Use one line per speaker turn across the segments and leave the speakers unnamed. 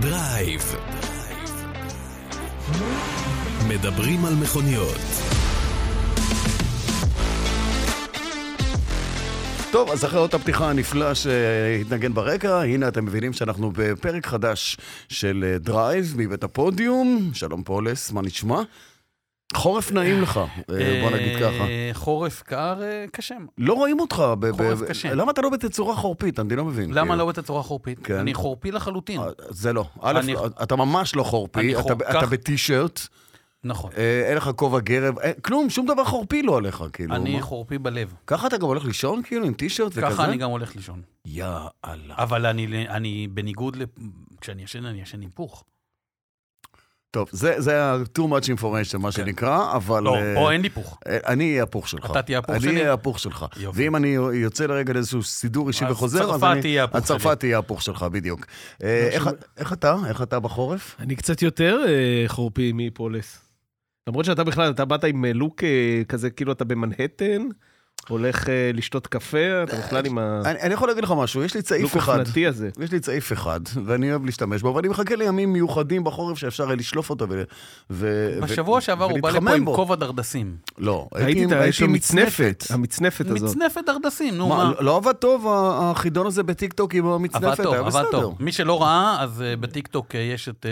דרייב. מדברים על מכוניות.
טוב, אז אחרי אותה פתיחה הנפלאה שהתנגן ברקע, הנה אתם מבינים שאנחנו בפרק חדש של אה, דרייב מבית הפודיום. שלום פולס, מה נשמע? חורף נעים לך, אה, בוא נגיד ככה.
אה, חורף קר אה, קשה.
לא רואים אותך. ב- ב-
חורף
ב-
קשה.
למה אתה לא בתצורה חורפית? אני לא מבין.
למה
כאילו.
לא בתצורה חורפית?
כן.
אני חורפי לחלוטין.
אה, זה לא. א',
אני-
אתה ממש לא חורפי,
אני
אתה
חור-
ב-
כך-
אתה בטישרט,
נכון.
אה, אין לך כובע גרב, אה, כלום, שום דבר חורפי לא עליך, כאילו.
אני
מה?
חורפי בלב.
ככה אתה גם הולך לישון, כאילו, עם טישרט וכזה?
ככה אני גם הולך לישון.
יאללה.
אבל אני- אני בניגוד ל... כשאני ישן, אני ישן עם פוך.
טוב, זה, זה ה- too much information, מה שנקרא, אבל...
כן. לא,
אה,
פה אין לי פוך.
אה, אני אהיה הפוך שלך.
אתה תהיה הפוך
אני
שלי?
אהיה הפוך שלך.
יופי.
ואם אני יוצא לרגע לאיזשהו סידור אישי
אז
וחוזר,
צרפת
אני...
תהיה הפוך שלי.
הצרפת תהיה הפוך שלך, בדיוק. אה,
לא,
איך- איך אתה? איך אתה בחורף?
אני קצת יותר אה, חורפי מפולס. למרות שאתה בכלל, אתה באת עם אה, לוק אה, כזה, כאילו אתה במנהטן, הולך אה, לשתות קפה, אתה בכלל עם הלוק
אני אני יכול להגיד לך משהו, יש לי צעיף אה, אחד.
האופנתי הזה.
יש לי צעיף אחד, ואני אוהב להשתמש בו, ואני מחכה לימים מיוחדים בחורף שאפשר יהיה לשלוף אותו ו... ו-
בשבוע
ו-
שעבר הוא בא
ולהתחמם
לפה עם
בו.
כובע דרדסים.
לא,
ראיתי את ה- יש
הייתי
לו
עם
מצנפת, אמ- המצנפת הזאת.
מצנפת דרדסים, נו
מה,
מה.
לא עבד טוב ה- החידון הזה בטיקטוק עם המצנפת,
עבד טוב,
היה
עבד
בסדר.
טוב. מי שלא ראה, אז אה, בטיקטוק אה, יש את אה,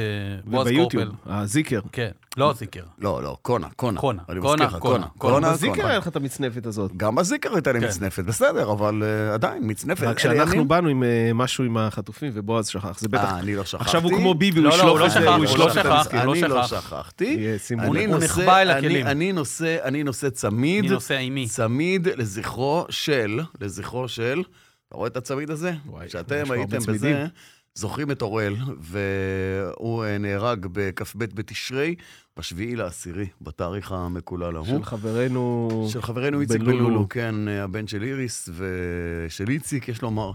בועז
וביוטיוב,
קורפל.
הזיקר.
כן, לא זיקר.
לא, לא, קונה, קונה.
קונה,
אני
קונה,
מזכיר לך, קונה.
קונה,
קונה,
קונה.
הזיקר
קונה.
היה לך את המצנפת הזאת.
לא גם בזיקר הייתה לי
כן.
מצנפת, בסדר, אבל אה, עדיין, מצנפת.
רק
אלה
שאנחנו
ימים-
באנו עם אה, משהו עם החטופים, ובועז שכח, זה בטח.
אה, אני לא שכחתי.
עכשיו הוא כמו ביבי, הוא
לא, לא, הוא
ישלוף
לא
את זה,
שכח,
הוא
הוא
ישלוף
לא
את זה.
שכח. הוא לא
אני לא
שכח.
שכחתי.
יהיה סימון.
אני
הוא
נושא-
נחבא אל
אני-
הכלים.
אני נושא, אני נושא צמיד.
אני נוסע עימי.
צמיד לזכרו של, לזכרו של, אתה רואה את הצמיד הזה?
וואי, יש
כשאתם
פה הרבה
הייתם
צמידים.
בזה, זוכרים את אוראל, והוא אה, נהרג בכ"ב בתשרי, בשביעי לעשירי, בתאריך המקולל ההוא.
של חברנו...
של חברנו איציק
בלולו.
בלולו, כן, אה, הבן של איריס ושל איציק, יש לומר.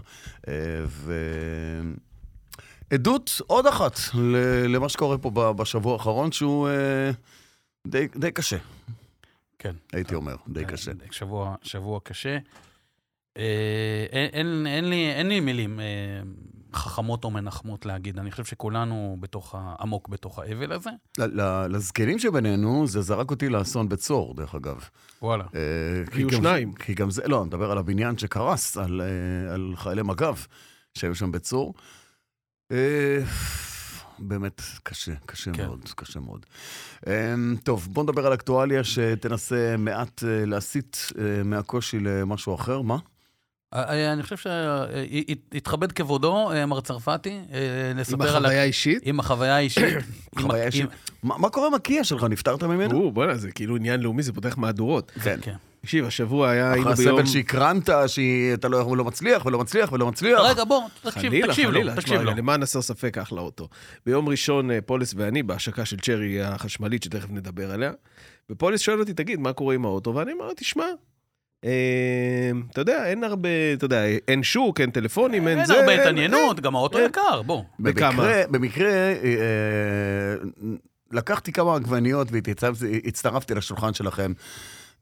אה, ו... עדות עוד אחת ל- למה שקורה פה ב- בשבוע האחרון, שהוא אה, די, די קשה,
כן.
הייתי אומר, די קשה.
שבוע, שבוע קשה. אה, אין, אין, אין, לי, אין לי מילים אה, חכמות או מנחמות להגיד. אני חושב שכולנו בתוך ה, עמוק בתוך האבל הזה.
ל- ל- לזקנים שבינינו, זה זרק אותי לאסון בצור, דרך אגב.
וואלה.
אה, כי
היו
גם-
שניים.
כי גם זה, לא, אני מדבר על הבניין שקרס, על, אה, על חיילי מג"ב שהיו שם בצור. אה, באמת קשה, קשה
כן.
מאוד, קשה מאוד. אה, טוב, בוא נדבר על אקטואליה שתנסה מעט אה, להסיט אה, מהקושי למשהו אחר, מה?
אה, אה, אני חושב שהתכבד כבודו, אה, מר צרפתי, אה,
עם
לספר על... ה-
החוויה אישית?
עם החוויה האישית. עם ה-
חוויה
עם-
אישית. מה מה קורה עם הקיה שלך? נפטרת ממנו?
או, בוא'נה, זה כאילו עניין לאומי, זה פותח מהדורות.
כן.
כן.
תקשיב, השבוע היה,
אחרי
היינו
הסבל
ביום...
שהקרנת, שאתה לא לא מצליח ולא מצליח ולא מצליח.
לא,
רגע, בוא, תקשיב,
חלילה,
תקשיב
חלילה,
לו,
תשמע,
תקשיב לו.
למען הסר ספק, אחלה אוטו. ביום ראשון אה, פולס ואני בהשקה של צ'רי החשמלית, שתכף נדבר עליה, ופולס שואל אותי, תגיד, מה קורה עם האוטו? ואני אומר, לו, תשמע, אה, אתה יודע, אין הרבה, אתה יודע, אין שוק, אין טלפונים, אין
אין
זה.
הרבה
אה,
התעניינות, גם האוטו
אין.
יקר, בוא.
בכמה?
במקרה, במקרה אה, אה, לקחתי כמה עגבניות והצטרפתי לשולחן שלכם.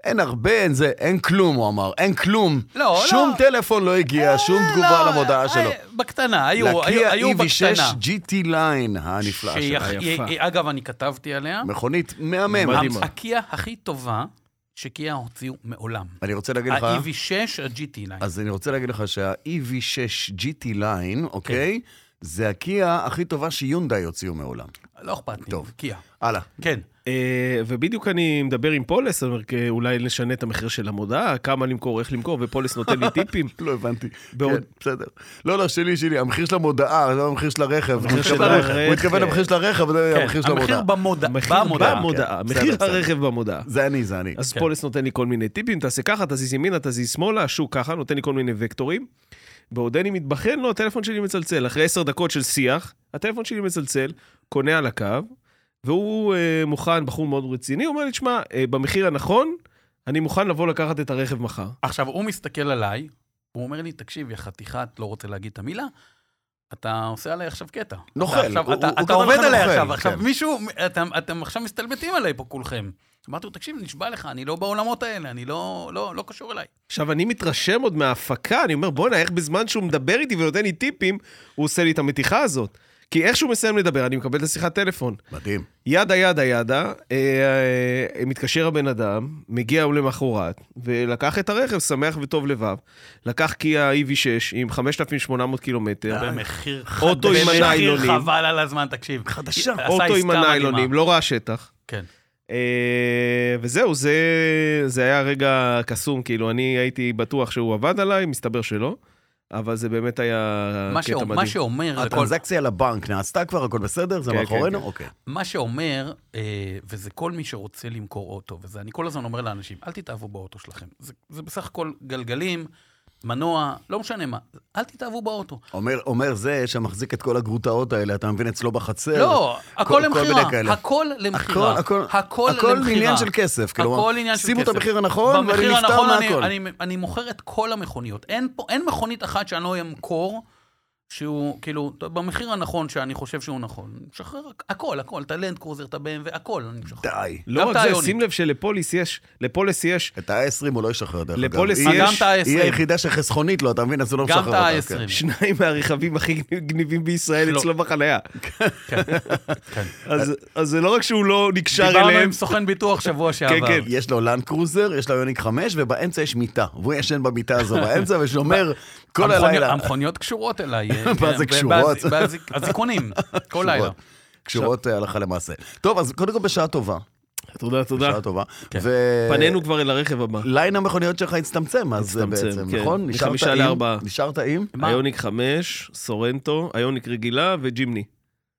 אין הרבה, אין זה, אין כלום, הוא אמר, אין כלום.
לא,
שום
לא.
טלפון לא הגיע, שום תגובה
לא,
למודעה
אה,
שלו.
בקטנה, היו היו-
לקיה E
היו
EV6
בקטנה.
GT Line הנפלאה
שהיא
שלך.
הכי-
היפה.
היא- אגב, אני כתבתי עליה.
מכונית מהמם.
מדהימה.
הקיה הכי טובה שקיה הוציאו מעולם.
אני רוצה להגיד לך...
E ה-EV6, ה-GT line.
אז אני רוצה להגיד לך שה-EV6 GT
כן.
Line, אוקיי? זה הקיה הכי טובה שיונדאי הוציאו מעולם.
לא אכפת לי,
טוב.
זה קיה.
הלאה.
כן,
אה, ובדיוק אני מדבר עם פולס, אני אומר, "אה, אולי נשנה את המחיר של המודעה, כמה למכור, איך למכור, ופולס נותן לי טיפים.
לא הבנתי.
בעוד-
כן, בסדר. לא, לא, שלי, שלי, המחיר של המודעה, לא המחיר של הרכב. הוא
של
התכוון-
הרכב.
הוא התכוון למחיר של הרכב, זה
כן.
המחיר של
המחיר
המודעה.
במודע-
המחיר
במודעה.
במודעה,
כן,
מחיר
בסדר, בסדר.
הרכב במודעה.
זה אני, זה אני.
אז
כן.
פולס נותן לי כל מיני טיפים, תעשה ככה, תזיז ימינה, תזיז שמאלה, השוק ככה, נותן לי כל מיני וקטורים. בעודני מתבחן לו, לא, הטלפון שלי מצלצל. אחרי עשר דקות של שיח, הטלפון שלי מצלצל, קונה על הקו, והוא אה, מוכן, בחור מאוד רציני, הוא אומר לי, תשמע, אה, במחיר הנכון, אני מוכן לבוא לקחת את הרכב מחר.
עכשיו, הוא מסתכל עליי, הוא אומר לי, תקשיב, יא חתיכת, לא רוצה להגיד את המילה, אתה עושה עליי עכשיו קטע.
נוכל,
אתה עכשיו-
הוא-
אתה
הוא
אתה
קרא
עובד
לך
עליי
נוכל,
עכשיו, עכשיו
כן.
מישהו, אתם- אתם עכשיו מסתלבטים עליי פה כולכם. אמרתי לו, תקשיב, נשבע לך, אני לא בעולמות האלה, אני לא- לא לא קשור אליי.
עכשיו, אני מתרשם עוד מההפקה, אני אומר, בואנה, איך בזמן שהוא מדבר איתי ונותן לי טיפים, הוא עושה לי את המתיחה הזאת. כי איך שהוא מסיים לדבר, אני מקבל את השיחת טלפון.
מדהים.
ידה, ידה, ידה, אה, אה, מתקשר הבן אדם, מגיע יום למחרת, ולקח את הרכב, שמח וטוב לבב. לקח קיה EV6 עם 5,800
אה,
קילומטר.
במחיר ח-
אוטו עם
במחיר
הניילונים.
חבל על הזמן, תקשיב.
חדשה.
עשה
אוטו עם
עסקה מדהימה.
הניילונים, לא ראה שטח.
כן.
אה, וזהו, זה, זה היה רגע קסום, כאילו, אני הייתי בטוח שהוא עבד עליי, מסתבר שלא, אבל זה באמת היה
מה
קטע
שאומ-
מדהים.
מה שאומר... לכל-
הטרנזקציה לבנק נעשתה כבר, הכל בסדר? זה
כן,
מאחורינו?
כן, כן.
אוקיי.
מה שאומר, אה, וזה כל מי שרוצה למכור אוטו, וזה אני כל הזמן אומר לאנשים, אל תתאהבו באוטו שלכם. זה, זה בסך הכל גלגלים, מנוע, לא משנה מה. אל תתאהבו באוטו.
אומר- אומר זה שמחזיק את כל הגרוטאות האלה, אתה מבין, אצלו בחצר.
לא, הכל
כן. כל- כל מיני כאלה.
למכירה. הכל למכירה.
הכל-
הכל
הכל
למכירה.
עניין של כסף, כאילו,
הכל עניין של כסף.
שימו את המחיר הנכון, ואני
במחיר
נפטר
הנכון אני-
מהכל.
אני- אני מוכר את כל המכוניות. אין פה- אין מכונית אחת שאני לא אמכור. שהוא, כאילו, במחיר הנכון שאני חושב שהוא נכון, אני משחרר הכל, הכל, את הלנד קרוזר, את ה-BM והכל, אני משחרר.
די.
לא
גם
רק
את
זה,
היונים.
שים לב שלפוליס יש, לפוליס יש,
את ה-20 הוא לא ישחרר, דרך אגב.
לפוליס
היא-
יש-
גם את ה-20.
היא היחידה שחסכונית לו, אתה מבין? אז הוא לא
גם
משחרר
את
אותה.
ה-עשרים.
כן.
שניים מהרכבים הכי גניבים בישראל
לא.
אצלו בחנייה.
כן, כן.
אז אז זה לא רק שהוא לא נקשר
דיברנו
אליהם,
עם סוכן ביטוח שבוע שעבר.
כן.
יש לו לנד קרוזר, יש לו יוניק 5, ובאמצע יש מיטה. והוא ישן במיטה הזו באמצע ושומר כל
המכוניות-
הלילה.
המכוניות קשורות אליי. אה, כן,
מה זה קשורות?
אזיקונים, כל לילה.
קשורות. קשורות אה, הלכה למעשה. טוב, אז קודם כל בשעה טובה.
תודה, תודה.
בשעה טובה.
כן.
ו-
אה, פנינו כבר אל הרכב הבא.
ליין המכוניות שלך הצטמצם, אז זה
הצטמצם,
בעצם,
כן.
נכון? נשארת
מחמישה
עם-
לארבעה.
נשארת עם?
מה?
איוניק 5, סורנטו, איוניק רגילה וג'ימני.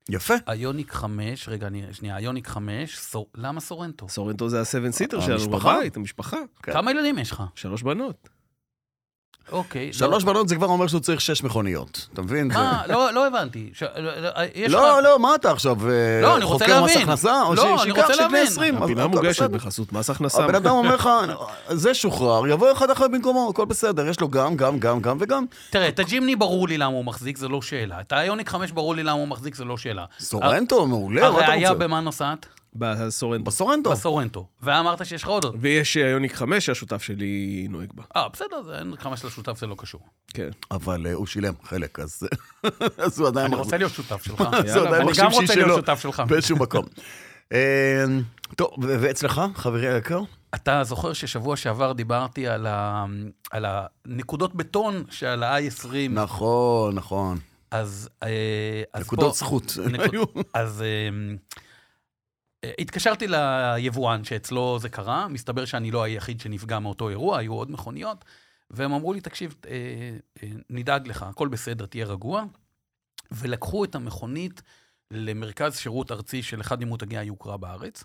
יפה.
איוניק 5, רגע, אני- שנייה, איוניק 5, סור- למה סורנטו?
סורנטו זה הסבן סיטר שלנו
המשפחה.
בבית, המשפחה.
כן.
כמה ילדים יש לך?
שלוש בנות.
אוקיי. לא-
שלוש בנות זה כבר אומר שהוא צריך שש מכוניות, אתה מבין?
מה? לא לא הבנתי. ש- לא, לא, יש
לא,
לך-
לא, מה אתה עכשיו, אה,
לא, אני רוצה
חוקר מס
להבין.
הכנסה? או
לא,
ש-
אני
שייקח
רוצה
של בני
להבין.
20.
הפינה
אבל הכל
מוגשת
בסדר.
בחסות מס הכנסה.
הבן אדם אומר לך, זה שוחרר, יבוא אחד אחר במקומו, הכל בסדר, יש לו גם, גם, גם, גם וגם.
תראה, את הג'ימני ברור לי למה הוא מחזיק, זה לא שאלה. את האיוניק 5 ברור לי למה הוא מחזיק, זה לא שאלה.
סורנטו, מעולה, מה אתה
הראיה
רוצה?
במה נוסעת?
בסורנטו.
בסורנטו.
בסורנטו. ואמרת שיש לך עוד עוד.
ויש אה, איוניק 5 שהשותף שלי נוהג בה.
אה, בסדר, זה אין כמה של השותף, זה לא קשור.
כן.
אבל אה, הוא שילם חלק, אז אז הוא עדיין
אני
מחזיק.
רוצה להיות שותף שלך.
אז הוא
יאללה,
עדיין
אני
מחשיב
גם רוצה
שהיא
להיות
שלו,
שותף שלך.
באיזשהו מקום. אה, טוב, ו- ואצלך, חברי היקר?
אתה זוכר ששבוע שעבר דיברתי על, ה... על הנקודות בטון שעל ה-i20,
נכון, נכון.
אז, אה, אז
נקודות
פה...
זכות.
נקוד- אז אמ, אה, התקשרתי ליבואן שאצלו זה קרה, מסתבר שאני לא היחיד שנפגע מאותו אירוע, היו עוד מכוניות, והם אמרו לי, תקשיב, אה, אה, נדאג לך, הכל בסדר, תהיה רגוע. ולקחו את המכונית למרכז שירות ארצי של אחד ממותגי היוקרה בארץ,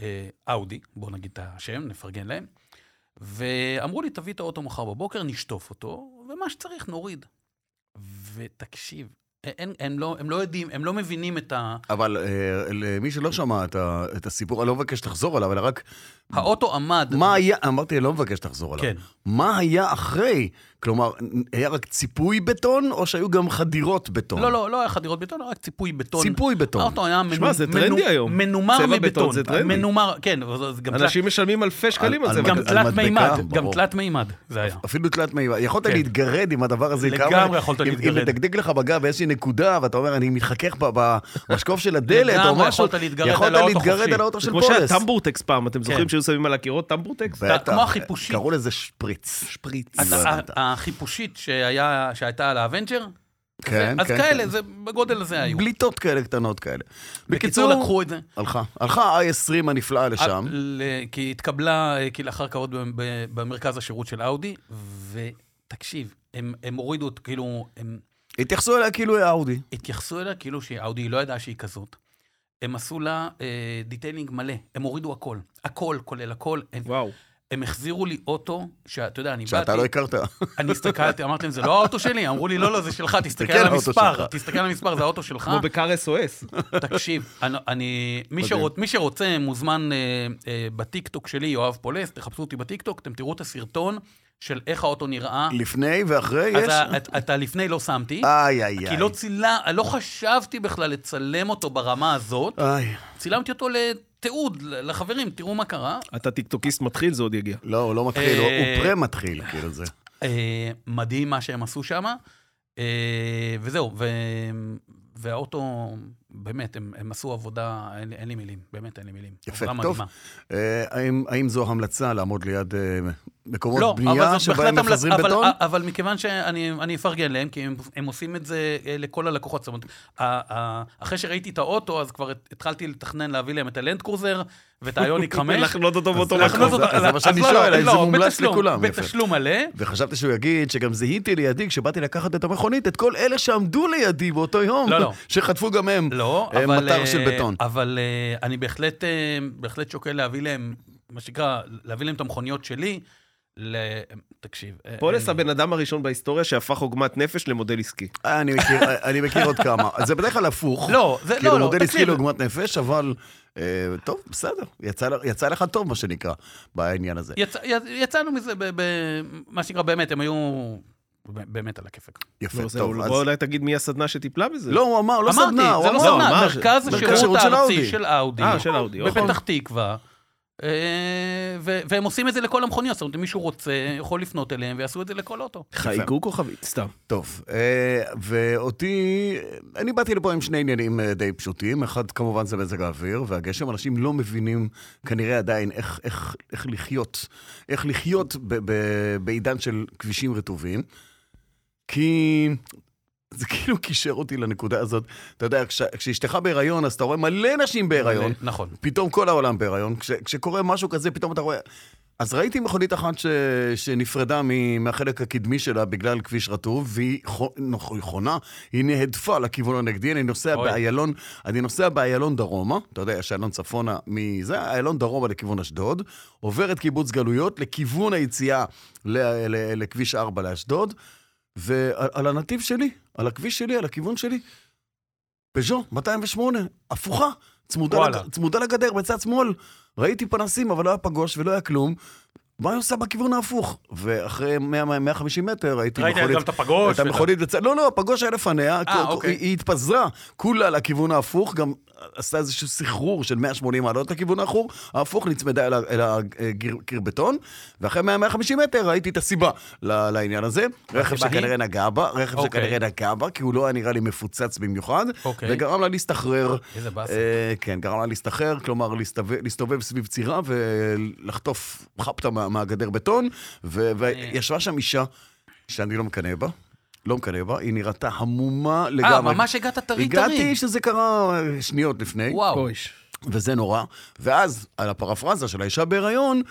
אה, אאודי, בואו נגיד את השם, נפרגן להם, ואמרו לי, תביא את האוטו מחר בבוקר, נשטוף אותו, ומה שצריך נוריד. ותקשיב, אין, הם, לא, הם לא יודעים, הם לא מבינים את ה...
אבל אה, למי שלא שמע את ה- את הסיפור, אני לא מבקש לחזור עליו, אלא רק
האווטו עמד...
מה היה, אמרתי, אני לא מבקש לחזור עליו.
כן.
מה היה אחרי? כלומר, היה רק ציפוי בטון, או שהיו גם חדירות בטון?
לא, לא, לא היה חדירות בטון, רק ציפוי בטון. לא,
ציפוי בטון.
האוטו היה מנו-
שמע, זה טרנדי
מנו-
היום.
מנומר
צבע בטון
מבטון.
זה טרנדי.
מנומר, כן, אבל זה גם תלת-
אנשים משלמים אלפי שקלים על
על-
זה.
על-
גם
על
תלת
מדבקה,
מימד, גם
ברור.
תלת מימד זה היה.
אפילו תלת מימד. יכולת
כן.
להתגרד עם הדבר הזה.
לגמרי
כמה-
יכולת
אם- אם
להתגרד.
מדגדג לך בגב באיזושהי נקודה, ואתה אומר, אני מתחכך ב- ב- במשקוף של הדלת, או
לגמרי
משהו.
יכולת להתגרד על האוטו
יכולת להתגרד
חופשי.
על האוטו
זה
של
כמו
פולס.
שהיה טמבורטקס פעם, אתם זוכרים
כן.
שהיו שמים על הקירות טמבורטקס?
בטח.
כמו החיפושית.
קראו לזה שפריץ.
שפריץ.
אז-
אתה-
לא הבנת.
החיפושית שהיה- שהייתה על האבנג'ר,
כן,
אז
כן.
כאלה,
כן.
זה- בגודל הזה היו.
בליטות כאלה קטנות כאלה.
בקיצור,
בקיצור,
לקחו את זה.
הלכה. הלכה ה-20 הנפלאה לשם.
ל- כי התקבלה אה, כלאחר כבוד ב- ב- במרכז השירות של אאודי, ותקשיב, הם הם הורידו, את- כאילו, הם
התייחסו אליה כאילו היא אאודי.
התייחסו אליה כאילו שאאודי לא ידעה שהיא כזאת. הם עשו לה אה, דיטיילינג מלא, הם הורידו הכל, הכל, כולל הכל. הם,
אה.
וואו.
הם החזירו לי אוטו, שאתה יודע, אני באתי,
שאתה לא הכרת.
אני הסתכלתי, אמרתי להם, זה לא האוטו שלי, אמרו לי, לא, לא, זה שלך, תסתכל
תסתכל על
על
כן האוטו
המספר,
שלך."
תסתכל על המספר, זה האוטו שלך,
כמו בקר SOS.
תקשיב, אני- אני, מי
מדהים.
שרוצ- מי שרוצה מוזמן אה, אה, בטיקטוק שלי, יואב פולס, תחפשו אותי בטיקטוק, אתם תראו את הסרטון של איך האוטו נראה.
לפני ואחרי
אז
יש? אה,
ה- את- את הלפני לא שמתי.
איי, איי, איי.
כי לא צילה, לא חשבתי בכלל לצלם אותו ברמה הזאת.
איי.
צילמתי אותו לתיעוד, ל- לחברים, תראו מה קרה.
אתה טיקטוקיסט מתחיל, זה עוד יגיע.
לא, הוא לא מתחיל, הוא-
אה,
הוא פרה-מתחיל, כאילו זה.
אה, מדהים מה שהם עשו שם. אה, וזהו, ו... והאוטו, באמת, הם, הם עשו עבודה, אין, לי- אין לי מילים, באמת אין לי מילים.
יפה,
עבודה
טוב.
מדהימה.
אה, האם, האם זו המלצה לעמוד ליד אה, מקומות
לא, אבל
בנייה
זאת
שבהם
בהחלט
מפזרים
המלצה, אבל, אה,
בטון?
אבל מכיוון שאני אני אפרגן להם, כי הם, הם עושים את זה אה, לכל הלקוחות. זאת אומרת, ה- ה- אחרי שראיתי את האוטו, אז כבר התחלתי לתכנן להביא להם את הלנד קרוזר ואת האיוניק 5.
לחנות אותו באותו
אז
מקום.
לחנות- זה- זה מה
לא,
שאני שואל, האם זה מומלץ לכולם? יפה.
בתשלום מלא.
וחשבתי שהוא יגיד שגם זיהיתי לידי, כשבאתי לקחת את המכונית, את כל אלה שעמדו לידי באותו יום,
לא, לא.
שחטפו גם הם
לא,
אה,
אבל...
מטר
אה,
של בטון.
אבל אה, אני בהחלט, אה, בהחלט שוקל להביא להם, מה שנקרא, להביא להם את המכוניות שלי. ל... תקשיב. אה,
פולס
אין לי-
הבן אדם הראשון בהיסטוריה שהפך עוגמת נפש למודל עסקי.
אה, אני מכיר- אה, אני מכיר עוד כמה. זה בדרך כלל הפוך.
לא, זה
כאילו,
לא, לא,
מודל עסקי
תקשיב,
לעוגמת נפש, אבל אה, טוב, בסדר, יצא ל- יצא לך טוב, מה שנקרא, בעניין הזה.
יצא, יצ- יצאנו מזה, ב, ב, מה שנקרא, באמת, הם היו ב- באמת על הכיפק.
יפה,
לא, זהו,
טוב. אז-
בוא אולי תגיד מי הסדנה שטיפלה בזה.
לא, הוא אמר, לא
אמרתי,
סדנה, הוא
זה לא
אמר.
סדנה,
אמר ש-
מרכז
מרכז
השירות
השירות של
הארצי
האודי.
של אאודי,
אה, של האודי, נכון.
בפתח תקווה. אה, ו- והם עושים את זה לכל המכוניות, זאת אומרת, אם מישהו רוצה, יכול לפנות אליהם ויעשו את זה לכל אוטו.
חייגו כוכבית, סתם.
טוב, אה, ואותי, אני באתי לפה עם שני עניינים אה, די פשוטים. אחד, כמובן, זה מזג האוויר והגשם. אנשים לא מבינים כנראה עדיין איך, איך, איך לחיות, איך לחיות ב, ב, בעידן של כבישים רטובים. כי זה כאילו קישר אותי לנקודה הזאת. אתה יודע, כש, כשאשתך בהיריון, אז אתה רואה מלא נשים בהיריון.
נכון.
פתאום כל העולם בהיריון. כש, כשקורה משהו כזה, פתאום אתה רואה... אז ראיתי מכונית אחת ש, שנפרדה מ- מהחלק הקדמי שלה בגלל כביש רטוב, והיא חו- נכון, היא חונה, היא נהדפה לכיוון הנגדי, אני נוסע
אוי.
באיילון, אני נוסע באיילון דרומה, אתה יודע, יש איילון צפונה מזה, איילון דרומה לכיוון אשדוד, עובר את קיבוץ גלויות לכיוון היציאה ל, ל, לכביש 4 לאשדוד, ועל על הנתיב שלי, על הכביש שלי, על הכיוון שלי, פז'ו 208, הפוכה, צמודה,
וואלה.
לג, צמודה לגדר בצד שמאל. ראיתי פנסים, אבל לא היה פגוש ולא היה כלום. מה היא עושה בכיוון ההפוך? ואחרי 100, 150 מטר ראיתי
ראית
מכונית...
גם את הפגוש?
את המכונית בצד... לא, לא, הפגוש היה לפניה, כל- כל-
אוקיי.
היא, היא התפזרה כולה לכיוון ההפוך, גם עשתה איזשהו סחרור של 180 מעלות לכיוון ההפוך, ההפוך נצמדה אל, ה- אל הקיר בטון, ואחרי 100, 150 מטר ראיתי את הסיבה ל- לעניין הזה. רכב
הסיבה
שכנראה נגע בה, רכב
אוקיי.
שכנראה נגע בה, כי הוא לא היה נראה לי מפוצץ במיוחד,
אוקיי.
וגרם לה להסתחרר.
איזה באסה.
אה, כן, גרם לה להסתחרר, כלומר להסתובב, להסתובב סביב צירה ולחטוף חפטה מה, מהגדר בטון,
אה.
ו, וישבה שם אישה שאני לא מקנא בה, לא מקנא בה, היא נראתה המומה לגמרי.
אה, ממש הגעת טרי טרי.
הגעתי שזה קרה אה, שניות לפני,
וואו.
אויש.
וזה נורא. ואז, על הפרפרזה של האישה בהיריון,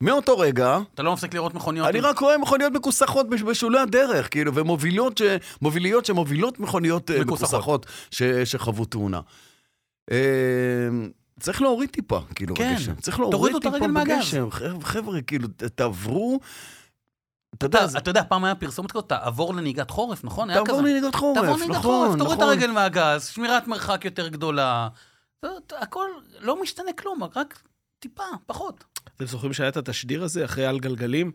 מאותו רגע,
אתה לא מפסיק לראות מכוניות.
אני
עם-
רק רואה מכוניות מכוסחות בש- בשולי הדרך, כאילו, ומובילות ש... מובילות שמובילות מכוניות אה,
מכוסחות.
מכוסחות ש... שחוו תאונה. אה, צריך להוריד טיפה, כאילו,
כן.
בגשם. צריך
תורידו
להוריד
את
טיפה
הרגל מהגז.
בגשם. חבר'ה, חבר'ה, כאילו, ת- תעברו... אתה יודע,
אתה
זה-
אתה יודע, פעם היה פרסומת כזאת, תעבור לנהיגת חורף, נכון? היה
תעבור
כזה.
לנהיגת חורף, נכון,
תעבור
נכון.
נהיגת חורף, תוריד את הרגל מהגז, שמירת מרחק יותר גדולה. זאת- הכל, לא משתנה כלום, רק טיפה, פחות.
אתם זוכרים שהיה את התשדיר הזה אחרי על גלגלים,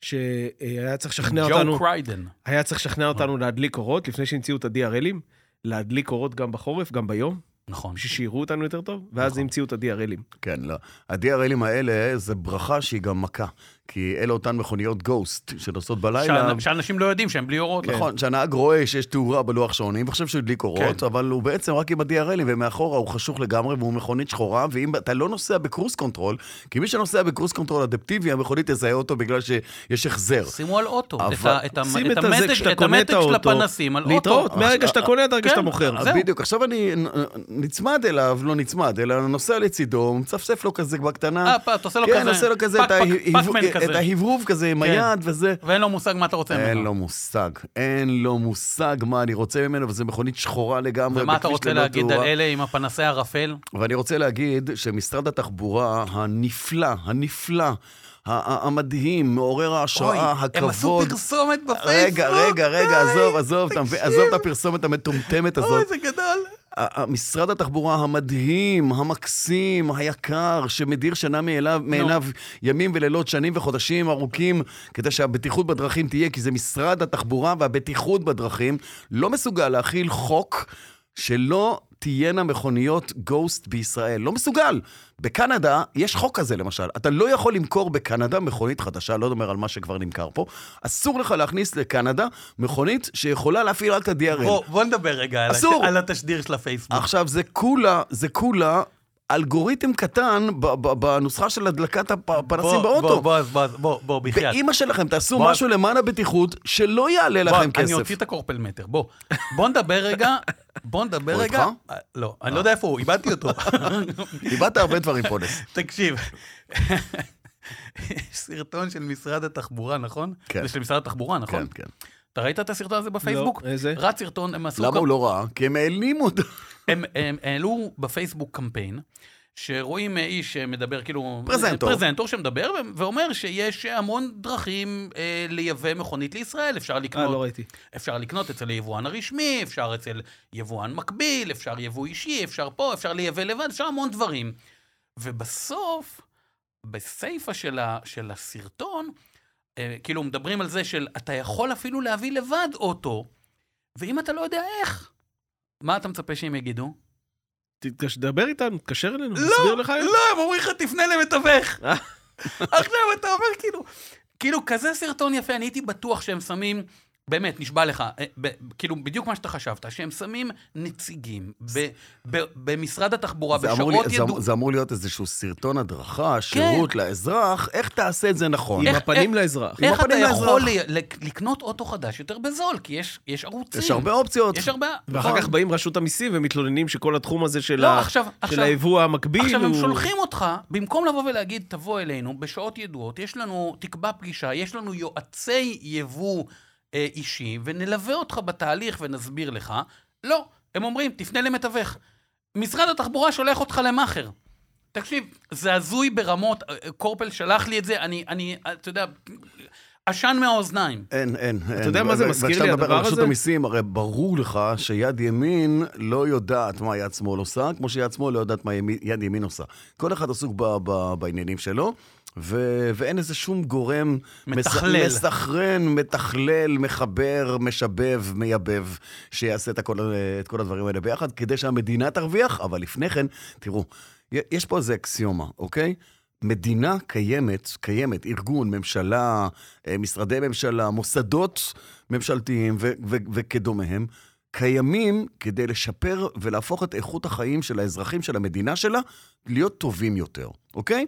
שהיה צריך לשכנע אותנו,
ג'ו קריידן.
היה צריך לשכנע אותנו להדליק אורות, לפני שהמציאו את ה-DRLים, להדליק אורות גם בחורף, גם ביום,
נכון.
בשביל שיראו אותנו יותר טוב, ואז
נכון.
המציאו את ה-DRLים.
כן, לא. ה-DRLים האלה זה ברכה שהיא גם מכה. כי אלה אותן מכוניות גוסט שנוסעות בלילה.
שאנ- שאנשים לא יודעים שהם בלי אורות.
נכון, שהנהג רואה שיש תאורה בלוח שעונים, וחושב שהוא הדליק
כן.
אורות, אבל הוא בעצם רק עם ה-DRLים, ומאחורה הוא חשוך לגמרי, והוא מכונית שחורה, ואם אתה לא נוסע בקרוס קונטרול, כי מי שנוסע בקרוס קונטרול אדפטיבי, המכונית תזהה אותו בגלל שיש החזר.
שימו על אוטו,
אבל-
את ה- את ה-
שים
את
את הזה
המתג
כשאתה
את
קונה
המתג
את
של
האוטו.
הפנסים על אוטו.
להתראות, מהרגע שאתה קונה עד הרגע
כן,
שאתה מוכר.
זהו.
בדיוק, עכשיו אני נ- נצמד אליו, לא נצמד, אלא נוסע לצידו, מצפצף לו כזה בקטנה.
אה, פ- אתה עושה לו
כן,
כזה,
עושה לו כזה,
פק,
את ה-
פק,
היב-
פקמן
את
כזה.
ההברוב כזה עם
כן.
היד וזה.
ואין לו מושג מה אתה רוצה ממנו.
אין לו מושג, אין לו מושג מה אני רוצה ממנו, וזו מכונית שחורה לגמרי.
ומה אתה
בכביש
רוצה
ללא
להגיד על
תאורה.
אלה עם הפנסי הערפל?
ואני רוצה להגיד שמשרד התחבורה הנפלא, הנפלא, ה- ה- המדהים, מעורר ההשראה,
אוי, הם עשו
הכבוד.
פרסומת בפייסבוק.
רגע, רגע, רגע,
די.
עזוב, עזוב, אתה מבין? עזוב את הפרסומת המטומטמת
אוי,
הזאת.
זה גדול.
ה- ה- משרד התחבורה המדהים, המקסים, היקר, שמדיר שינה מאליו- מעיניו ימים ולילות, שנים וחודשים ארוכים, כדי שהבטיחות בדרכים תהיה, כי זה משרד התחבורה והבטיחות בדרכים, לא מסוגל להכיל חוק שלא תהיינה מכוניות גוסט בישראל. לא מסוגל. בקנדה, יש חוק כזה למשל, אתה לא יכול למכור בקנדה מכונית חדשה, לא אומר על מה שכבר נמכר פה, אסור לך להכניס לקנדה מכונית שיכולה להפעיל רק את ה-DRL.
בוא, בוא נדבר רגע על,
אסור. אה,
הת... על התשדיר של הפייסבוק.
עכשיו, זה כולה, זה כולה אלגוריתם קטן ב- ב- בנוסחה של הדלקת הפ- הפנסים באוטו.
בוא, בוא, בוא, בוא, בוא, בחייאת.
באימא שלכם, תעשו
בוא.
משהו למען הבטיחות, שלא יעלה
בוא,
לכם כסף.
אני אוציא את הקורפלמטר, בוא. בוא נדבר רגע, בוא נדבר
הוא
רגע.
איתך?
אה, לא, אני לא יודע איפה הוא, איבדתי אותו.
איבדת הרבה דברים פה נס. כן,
תקשיב. יש סרטון של משרד התחבורה, נכון?
כן.
זה של משרד התחבורה, נכון?
כן, כן.
אתה ראית את הסרטון הזה בפייסבוק?
לא, איזה?
רץ סרטון, הם עשו...
למה
קמפ-
הוא לא ראה? כי הם העלימו אותו.
הם, הם העלו בפייסבוק קמפיין, שרואים אה, איש שמדבר, כאילו...
פרזנטור.
פרזנטור שמדבר ו- ואומר שיש המון דרכים אה, לייבא מכונית לישראל, אפשר לקנות...
אה, לא ראיתי.
אפשר לקנות אצל היבואן הרשמי, אפשר אצל יבואן מקביל, אפשר יבוא אישי, אפשר פה, אפשר לייבא לבד, אפשר המון דברים. ובסוף, בסיפה של, ה, של הסרטון, אה, כאילו מדברים על זה של אתה יכול אפילו להביא לבד אוטו, ואם אתה לא יודע איך, מה אתה מצפה שהם יגידו?
תתקש- תדבר איתנו, תתקשר אלינו,
לא,
נסביר לך.
לא, הם אומרים לך, תפנה למתווך.
אה.
עכשיו אתה אומר, כאילו, כאילו, כזה סרטון יפה, אני הייתי בטוח שהם שמים, באמת, נשבע לך, אה, ב- כאילו, בדיוק מה שאתה חשבת, שהם שמים נציגים ב- ב- במשרד התחבורה,
זה אמור לי-
בשעות כן.
זה
ידועות.
אמור- זה אמור להיות איזשהו סרטון הדרכה, שירות לאזרח, איך תעשה את זה נכון.
עם
איך-
הפנים לאזרח.
עם
איך אתה
הפנים
יכול
לאזרח.
ל- ל- לקנות אוטו חדש יותר בזול? כי יש- יש ערוצים.
יש הרבה אופציות.
יש הרבה...
ואחר
נכון.
כך באים רשות המיסים ומתלוננים שכל התחום הזה של
לא,
ה-
עכשיו-
של
עכשיו-
היבוא המקביל הוא...
עכשיו, הם שולחים אותך, במקום לבוא ולהגיד, תבוא אלינו בשעות ידועות, יש לנו, תקבע פגישה, יש לנו יועצי יבוא אה, אישי, ונלווה אותך בתהליך ונסביר לך. לא, הם אומרים, תפנה למתווך. משרד התחבורה שולח אותך למאכר. תקשיב, זה הזוי ברמות, אה, אה, קורפל שלח לי את זה, אני, אני, אה, אתה יודע, עשן מהאוזניים.
אין, אין, אין.
יודע מה זה מזכיר לי,
וכשאתה מדבר
הדבר
על רשות
הזה?
המיסים, הרי ברור לך שיד ימין לא יודעת מה יד שמאל עושה, כמו שיד שמאל לא יודעת מה ימי- יד ימין עושה. כל אחד עסוק ב- ב- בעניינים שלו. ו- ואין איזה שום גורם מס-
מתכלל.
מסחרן, מתכלל, מחבר, משבב, מייבב, שיעשה את, הכל, את כל הדברים האלה ביחד, כדי שהמדינה תרוויח. אבל לפני כן, תראו, י- יש פה איזה אקסיומה, אוקיי? מדינה קיימת, קיימת, ארגון, ממשלה, אה, משרדי ממשלה, מוסדות ממשלתיים ו- ו- וכדומיהם, קיימים כדי לשפר ולהפוך את איכות החיים של האזרחים של המדינה שלה להיות טובים יותר, אוקיי?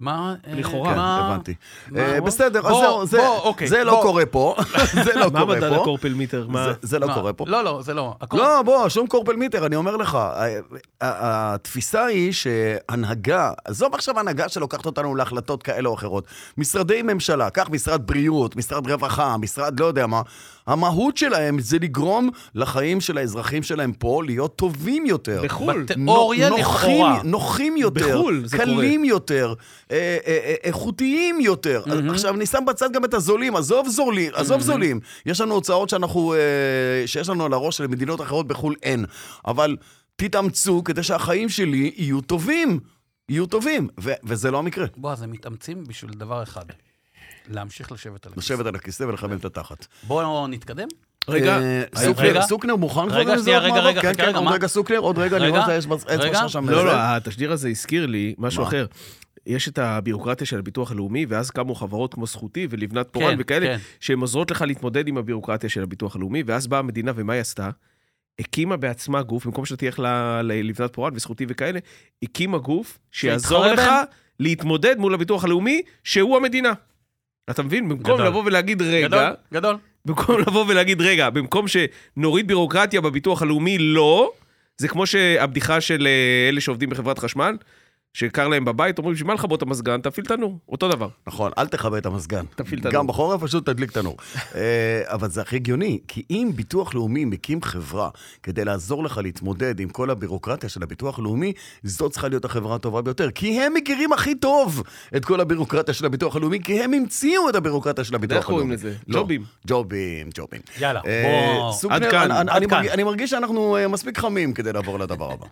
מה... אה,
לכאורה.
כן,
מה-
הבנתי.
מה-
אה, בסדר, אז
בוא,
זהו, זה-
בוא, אוקיי,
זה לא
בוא.
קורה פה. זה לא
מה
קורה
מדד
פה.
הקורפל מיטר? מה?
זה- זה לא
מה?
קורה פה.
לא, לא, זה לא. הכל-
לא, בוא, שום קורפל מיטר, אני אומר לך. ה- ה- התפיסה היא שהנהגה, עזוב עכשיו הנהגה שלוקחת אותנו להחלטות כאלה או אחרות. משרדי ממשלה, קח משרד בריאות, משרד רווחה, משרד לא יודע מה, המהות שלהם זה לגרום לחיים של האזרחים שלהם פה להיות טובים יותר.
בחו"ל.
בת- תיאוריה
נו- נוחים-
לכאורה.
נוחים יותר,
בחו"ל זה קורה.
קלים יותר, אה, אה, אה, איכותיים יותר. עכשיו, אני שם בצד גם את הזולים, עזוב זולים, עזוב זולים. יש לנו הוצאות שאנחנו, אה, שיש לנו על הראש שלמדינות אחרות בחו"ל אין. אבל תתאמצו כדי שהחיים שלי יהיו טובים. יהיו טובים, ו- וזה לא המקרה.
בועז, הם מתאמצים בשביל דבר אחד, להמשיך לשבת על הכיסא.
לשבת על הכיסא ולחמם את התחת.
בואו נתקדם.
רגע,
אה,
רגע.
סוקנר- סוקנר מוכן כבר
רגע,
לזה
שנייה,
עוד
רגע,
מעבר?
רגע,
כן,
חכה,
כן,
רגע,
עוד
מה?
רגע סוקנר, עוד רגע, אני רואה
רגע,
שיש מצ-
רגע.
אצבע שם.
לא,
איזה-
לא, התשדיר הזה הזכיר לי משהו
מה?
אחר. יש את הבירוקרטיה של הביטוח הלאומי, ואז קמו חברות כמו זכותי ולבנת
כן,
פורן וכאלה,
כן.
שהן עוזרות לך להתמודד עם הבירוקרטיה של הביטוח הלאומי, ואז באה המדינה, ומה היא עשתה? הקימה בעצמה גוף, במקום שתלך ל- ללבנת פורן וזכותי וכאלה, הקימה גוף שיעזור
שיתחרה
לך
בהם?
להתמודד מול הביטוח הלאומי, שהוא המדינה. אתה מבין? במקום
גדול.
לבוא ולהגיד, רגע,
גדול, גדול.
במקום לבוא ולהגיד, רגע, במקום שנוריד בירוקרטיה בביטוח הלאומי, לא, זה כמו שהבדיחה של אה, אלה שעובדים בחברת חשמל, שקר להם בבית, אומרים, בשביל מה לכבות את המזגן? תפעיל תנור, אותו דבר.
נכון, אל תכבה את המזגן.
תפעיל את הנור.
גם בחורף פשוט תדליק תנור. אבל זה הכי הגיוני, כי אם ביטוח לאומי מקים חברה כדי לעזור לך להתמודד עם כל הבירוקרטיה של הביטוח לאומי, זו צריכה להיות החברה הטובה ביותר. כי הם מכירים הכי טוב את כל הבירוקרטיה של הביטוח הלאומי, כי הם המציאו את הבירוקרטיה של הביטוח
איך
הלאומי.
קוראים לזה?
לא,
ג'ובים.
ג'ובים, ג'ובים.
יאללה,
אה,
בוא.
סוג
עד
של-
כאן,
אני-
עד
אני
כאן.
מרגיש- אני מרגיש שאנחנו אה, מספיק חמים כדי לעבור לדבר הבא.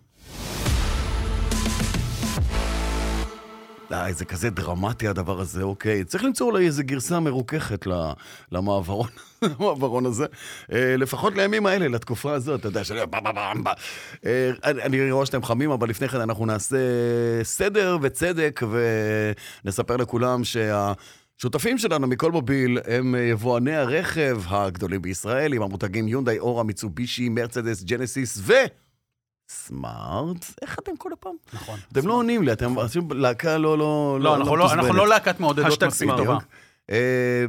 די, אה, זה כזה דרמטי הדבר הזה, אוקיי. צריך למצוא אולי איזו גרסה מרוככת ל- למעברון, למעברון הזה. אה, לפחות לימים האלה, לתקופה הזאת, אתה יודע, שאני... אה, אני- אני רואה שאתם חמים, אבל לפני כן אנחנו נעשה סדר וצדק, ונספר לכולם שה... שותפים שלנו מכל מוביל הם יבואני הרכב הגדולים בישראל, עם המותגים יונדאי, אורה, מיצובישי, מרצדס, ג'נסיס ו... סמארט. איך אתם כל הפעם?
נכון.
אתם לא עונים לי, אתם עושים להקה לא... לא,
לא, אנחנו לא- אנחנו
מתוסבלת.
לא להקת מעודדות
השטג
מספיק
סמארט.
טובה.
אה,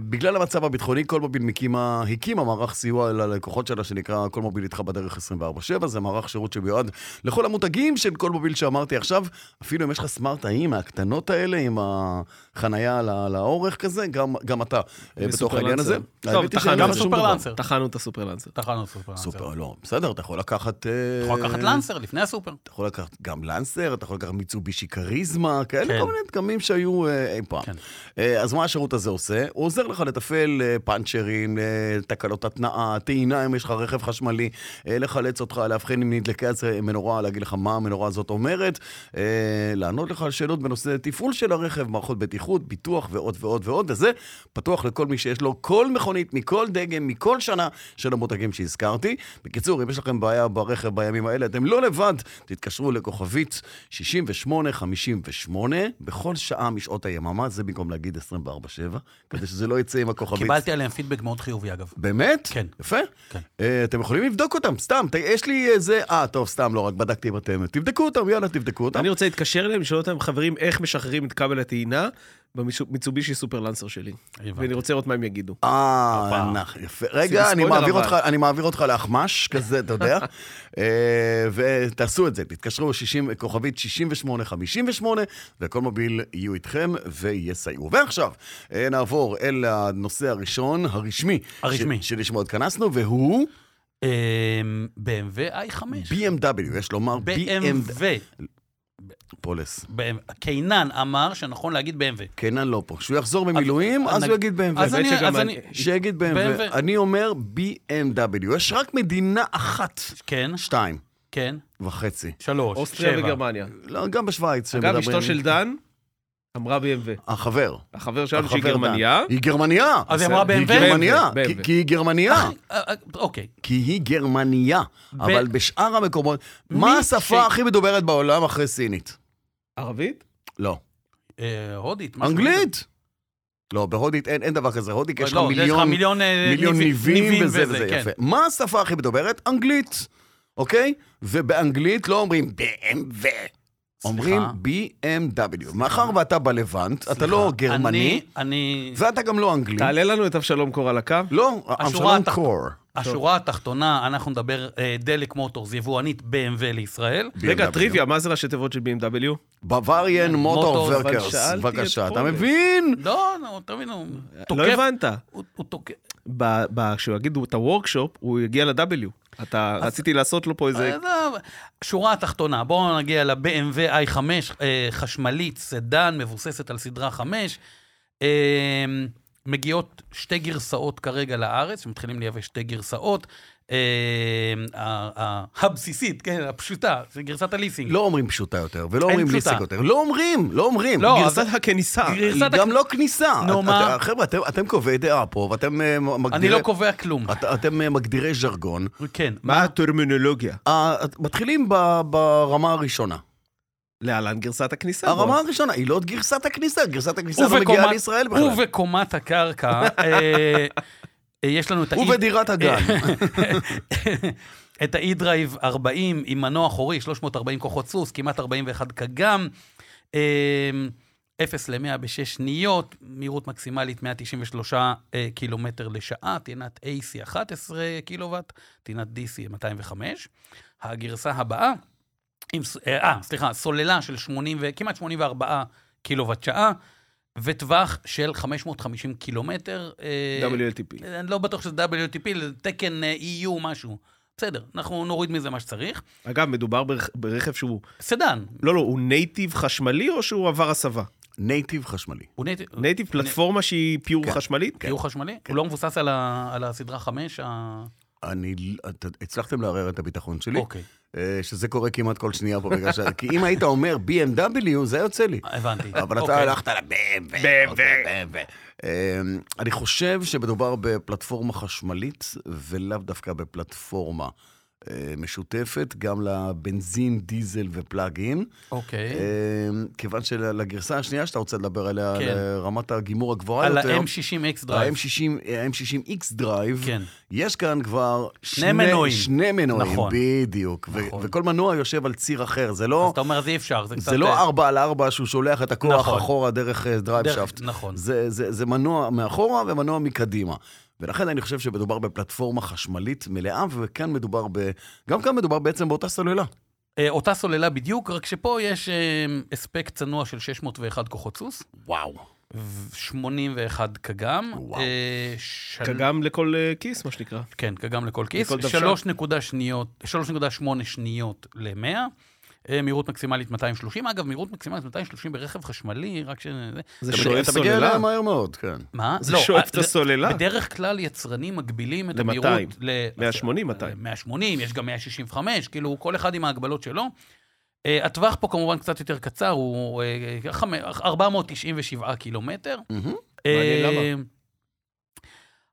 בגלל המצב הביטחוני, קולמוביל מקימה, הקימה מערך סיוע ללקוחות שלה שנקרא קולמוביל איתך בדרך 24/7, זה מערך שירות שמיועד לכל המותגים של קולמוביל שאמרתי עכשיו, אפילו אם יש לך סמארטאים מהקטנות האלה, עם החנייה ל- לאורך כזה, גם, גם אתה אה, בתוך
וסופרלנסר.
העניין הזה.
טוב,
האמת היא
טחנו
שאין
גם
לך שום דבר.
סופרלנסר.
טחנו את הסופרלנסר.
טחנו סופר לאנסר.
סופר, לא, בסדר, אתה יכול לקחת... אה,
אתה יכול לקחת לאנסר לפני הסופר.
אתה יכול לקחת גם לנסר, אתה יכול לקחת מיצובישי כריזמה, כאלה
כן.
כל מיני דגמים שהיו אה, אי פעם.
כן.
אה, אז מה השירות הזה עושה? הוא עוזר לך לתפעל אה, פאנצ'רים, אה, תקלות התנעה, טעינה אם יש לך רכב חשמלי, אה, לחלץ אותך, לאבחן אם נדלקה איזה מנורה, להגיד לך מה המנורה הזאת אומרת, אה, לענות לך על שאלות בנושא תפעול של הרכב, מערכות בטיחות, ביטוח ועוד ועוד ועוד, וזה פתוח לכל מי שיש לו כל מכונית, מכל דגם, מכל שנה של המותגים שהזכרתי. בקיצור, אם יש לכם בעיה ברכב בימים האלה, אתם לא לבד, תתקשרו לכוכבית 6858 בכל שעה משעות היממה, זה במקום להגיד 24/7, כדי שזה לא יצא עם הכוכבית.
קיבלתי עליהם פידבק מאוד חיובי, אגב.
באמת?
כן.
יפה.
כן.
אה, אתם יכולים לבדוק אותם, סתם, ת- יש לי איזה... אה, טוב, סתם, לא, רק בדקתי בתמת. תבדקו אותם, יאללה, תבדקו אותם.
אני רוצה להתקשר אליהם, לשאול אותם, חברים, איך משחררים את כבל הטעינה במיצובישי סופרלנסר שלי.
הבנתי.
ואני רוצה לראות מה הם יגידו.
אה,
הפעם.
נח, יפה. רגע, אני
ספוילר
מעביר
אבל.
אותך, אני מעביר אותך לאחמ"ש, כזה, אתה יודע. אה, ותעשו את זה, תתקשרו 60, כוכבית 6858, וכל מוביל יהיו איתכם ויסייעו. ועכשיו, אה, נעבור אל הנושא הראשון, הרשמי.
הרשמי.
ש- שלשמו התכנסנו, והוא
אמ, BMW i5.
BMW, יש לומר BMW.
BMW.
פולס.
BMW. קינן אמר שנכון להגיד BMW.
קינן לא פה. כשהוא יחזור ממילואים, אז הוא יגיד BMW.
אז אני-
שגם
אז אני...
שיגיד BMW.
BMW.
אני אומר BMW. יש רק מדינה אחת,
כן,
שתיים
כן.
וחצי.
שלוש,
אוסטריה
שבע.
וגרמניה.
לא, גם בשוויץ.
אגב,
שמדברים-
אשתו של דן אמרה BMW.
החבר.
החבר שלנו שהיא
החבר
גרמניה.
דן. היא גרמניה.
אז היא
בסדר.
אמרה
היא
BMW?
גרמניה.
BMW.
כי- כי היא גרמניה.
אחי, אה, אה, אוקיי.
כי היא גרמניה. אבל בשאר המקומות... מה
ש-
השפה הכי מדוברת בעולם אחרי סינית?
ערבית?
לא.
אה, הודית. משהו כזה.
אנגלית? לא, בהודית אין אין דבר כזה. הודית יש לך
לא, זה יש לך
מיליון...
מיליון אה,
מיליון
ניב-
ניבים וזה וזה,
כן.
יפה. מה השפה הכי מדוברת? אנגלית, אוקיי? ובאנגלית לא אומרים BMW, אומרים BMW. מאחר ואתה בלבנט, אתה לא גרמני,
אני, אני...
ואתה גם לא אנגלי.
תעלה לנו את אבשלום קור על הקו.
לא,
השורה
אבשלום
התח-
קור.
השורה התחתונה, אנחנו נדבר אה, דלק מוטורס, יבואנית BMW לישראל.
רגע,
BMW.
טריוויה, מה זה ראשי תיבות של BMW?
בוואריאן מוטור
מוטור, אבל
ורקרס.
שאלתי את
בבקשה, אתה
פולר.
מבין?
לא, נו, תבין, הוא
לא
תוקף.
הבנת.
הוא- הוא תוקף.
ב- ב- כשהוא יגיד את הוורקשופ, הוא יגיע ל-W. אתה, רציתי לעשות לו פה
אה,
איזה...
עזוב. אה, לא, שורה התחתונה, בואו נגיע ל-BMW i5, אה, חשמלית, סדן, מבוססת על סדרה 5. אה, מגיעות שתי גרסאות כרגע לארץ, שמתחילים לייבא שתי גרסאות. אה, ה- ה- הבסיסית, כן, הפשוטה, זה גרסת הליסינג.
לא אומרים פשוטה יותר, ולא אומרים
פשוטה.
ליסיק יותר. לא אומרים, לא אומרים.
לא,
גרסת הכניסה.
גרסת
היא גם
הכ-
לא כניסה.
נו,
את-
מה?
את- חבר'ה, אתם- אתם קובעי דעה פה, ואתם אה, מגדירי...
אני לא קובע כלום.
את- אתם אה, מגדירי ז'רגון.
כן.
מה הטרמינולוגיה?
אה, את- מתחילים ב- ברמה הראשונה.
להלן גרסת הכניסה.
הרמה
בוא.
הראשונה, היא לא גרסת הכניסה, גרסת הכניסה לא מגיעה לישראל בכלל.
ובקומת הקרקע, אה, אה, יש לנו את האי-
ובדירת הגן.
אה. את האי-דרייב 40 עם מנוע אחורי, 340 כוחות סוס, כמעט 41 קגם, 0 ל-100 אמ, בשש שניות, מהירות מקסימלית 193 אה, קילומטר לשעה, טעינת AC 11 קילוואט, טעינת DC 205. הגרסה הבאה, עם, ס- אה, אה, סליחה, סוללה של 80 ו... כמעט 84 קילוואט שעה, וטווח של 550 קילומטר. אה,
WLTP.
אני לא בטוח שזה WTP, זה תקן אה, EU משהו. בסדר, אנחנו נוריד מזה מה שצריך.
אגב, מדובר ברכ- ברכב שהוא...
סדן,
לא, לא, הוא נייטיב חשמלי או שהוא עבר הסבה?
אה, נייטיב חשמלי.
הוא נייטיב,
נייטיב פלטפורמה שהיא פיור
כן.
חשמלית?
כי הוא חשמלי, הוא לא מבוסס על ה- על הסדרה 5,
אני, את- הצלחתם לערער את הביטחון שלי,
אוקיי,
אה, שזה קורה כמעט כל שנייה פה, בגלל ש... כי אם היית אומר BMW, זה יוצא לי.
הבנתי.
אבל אתה
אוקיי.
הלכת ל... אוקיי, BMW. אמ, אני חושב שמדובר בפלטפורמה חשמלית, ולאו דווקא בפלטפורמה אה, משותפת, גם לבנזין, דיזל ופלאג-אין.
אוקיי.
אמ, כיוון שלגרסה השנייה שאתה רוצה לדבר עליה,
כן.
על רמת הגימור הגבוהה
על
יותר,
ה-M60X דרייב.
ה-M60, ה-M60X דרייב,
כן.
יש כאן כבר
שני מנועים.
שני מנועים,
נכון.
בדיוק. ו-
נכון.
וכל מנוע יושב על ציר אחר, זה
אז
לא...
אתה אומר, אז אי אפשר, זה קצת...
זה לא
אה,
ארבע על ארבע שהוא שולח את הכוח
נכון.
אחורה דרך אה, דרייב
דרך-
שאפט.
נכון.
זה, זה, זה מנוע מאחורה ומנוע מקדימה. ולכן אני חושב שמדובר בפלטפורמה חשמלית מלאה, וכאן מדובר ב... גם כאן מדובר בעצם באותה סוללה.
אה, אותה סוללה בדיוק, רק שפה יש אה, הספק צנוע של 601 כוחות סוס,
וואו.
ו- 81 קג"ם.
וואו.
אה,
כן.
של-
גם לכל אה, כיס, מה שנקרא.
כן, גם לכל כיס.
לכל דוושה.
3.8 שניות, 3.8 שניות ל-100. אה, מהירות מקסימלית 230. אגב, מהירות מקסימלית 230 ברכב חשמלי, רק ש... זה-
זה
אתה
שואף
אתה מגיע
סוללה?
אליה מהר מאוד, כן.
מה?
זה
לא,
שואף
אה,
את הסוללה.
בדרך כלל יצרנים מגבילים את
ל- 200.
המהירות. ל...
180, 200.
180, יש גם 165, כאילו כל אחד עם ההגבלות שלו. אה, הטווח פה כמובן קצת יותר קצר, הוא אה, חמ- 497 קילומטר.
מהמם.
מעניין
אה,
למה.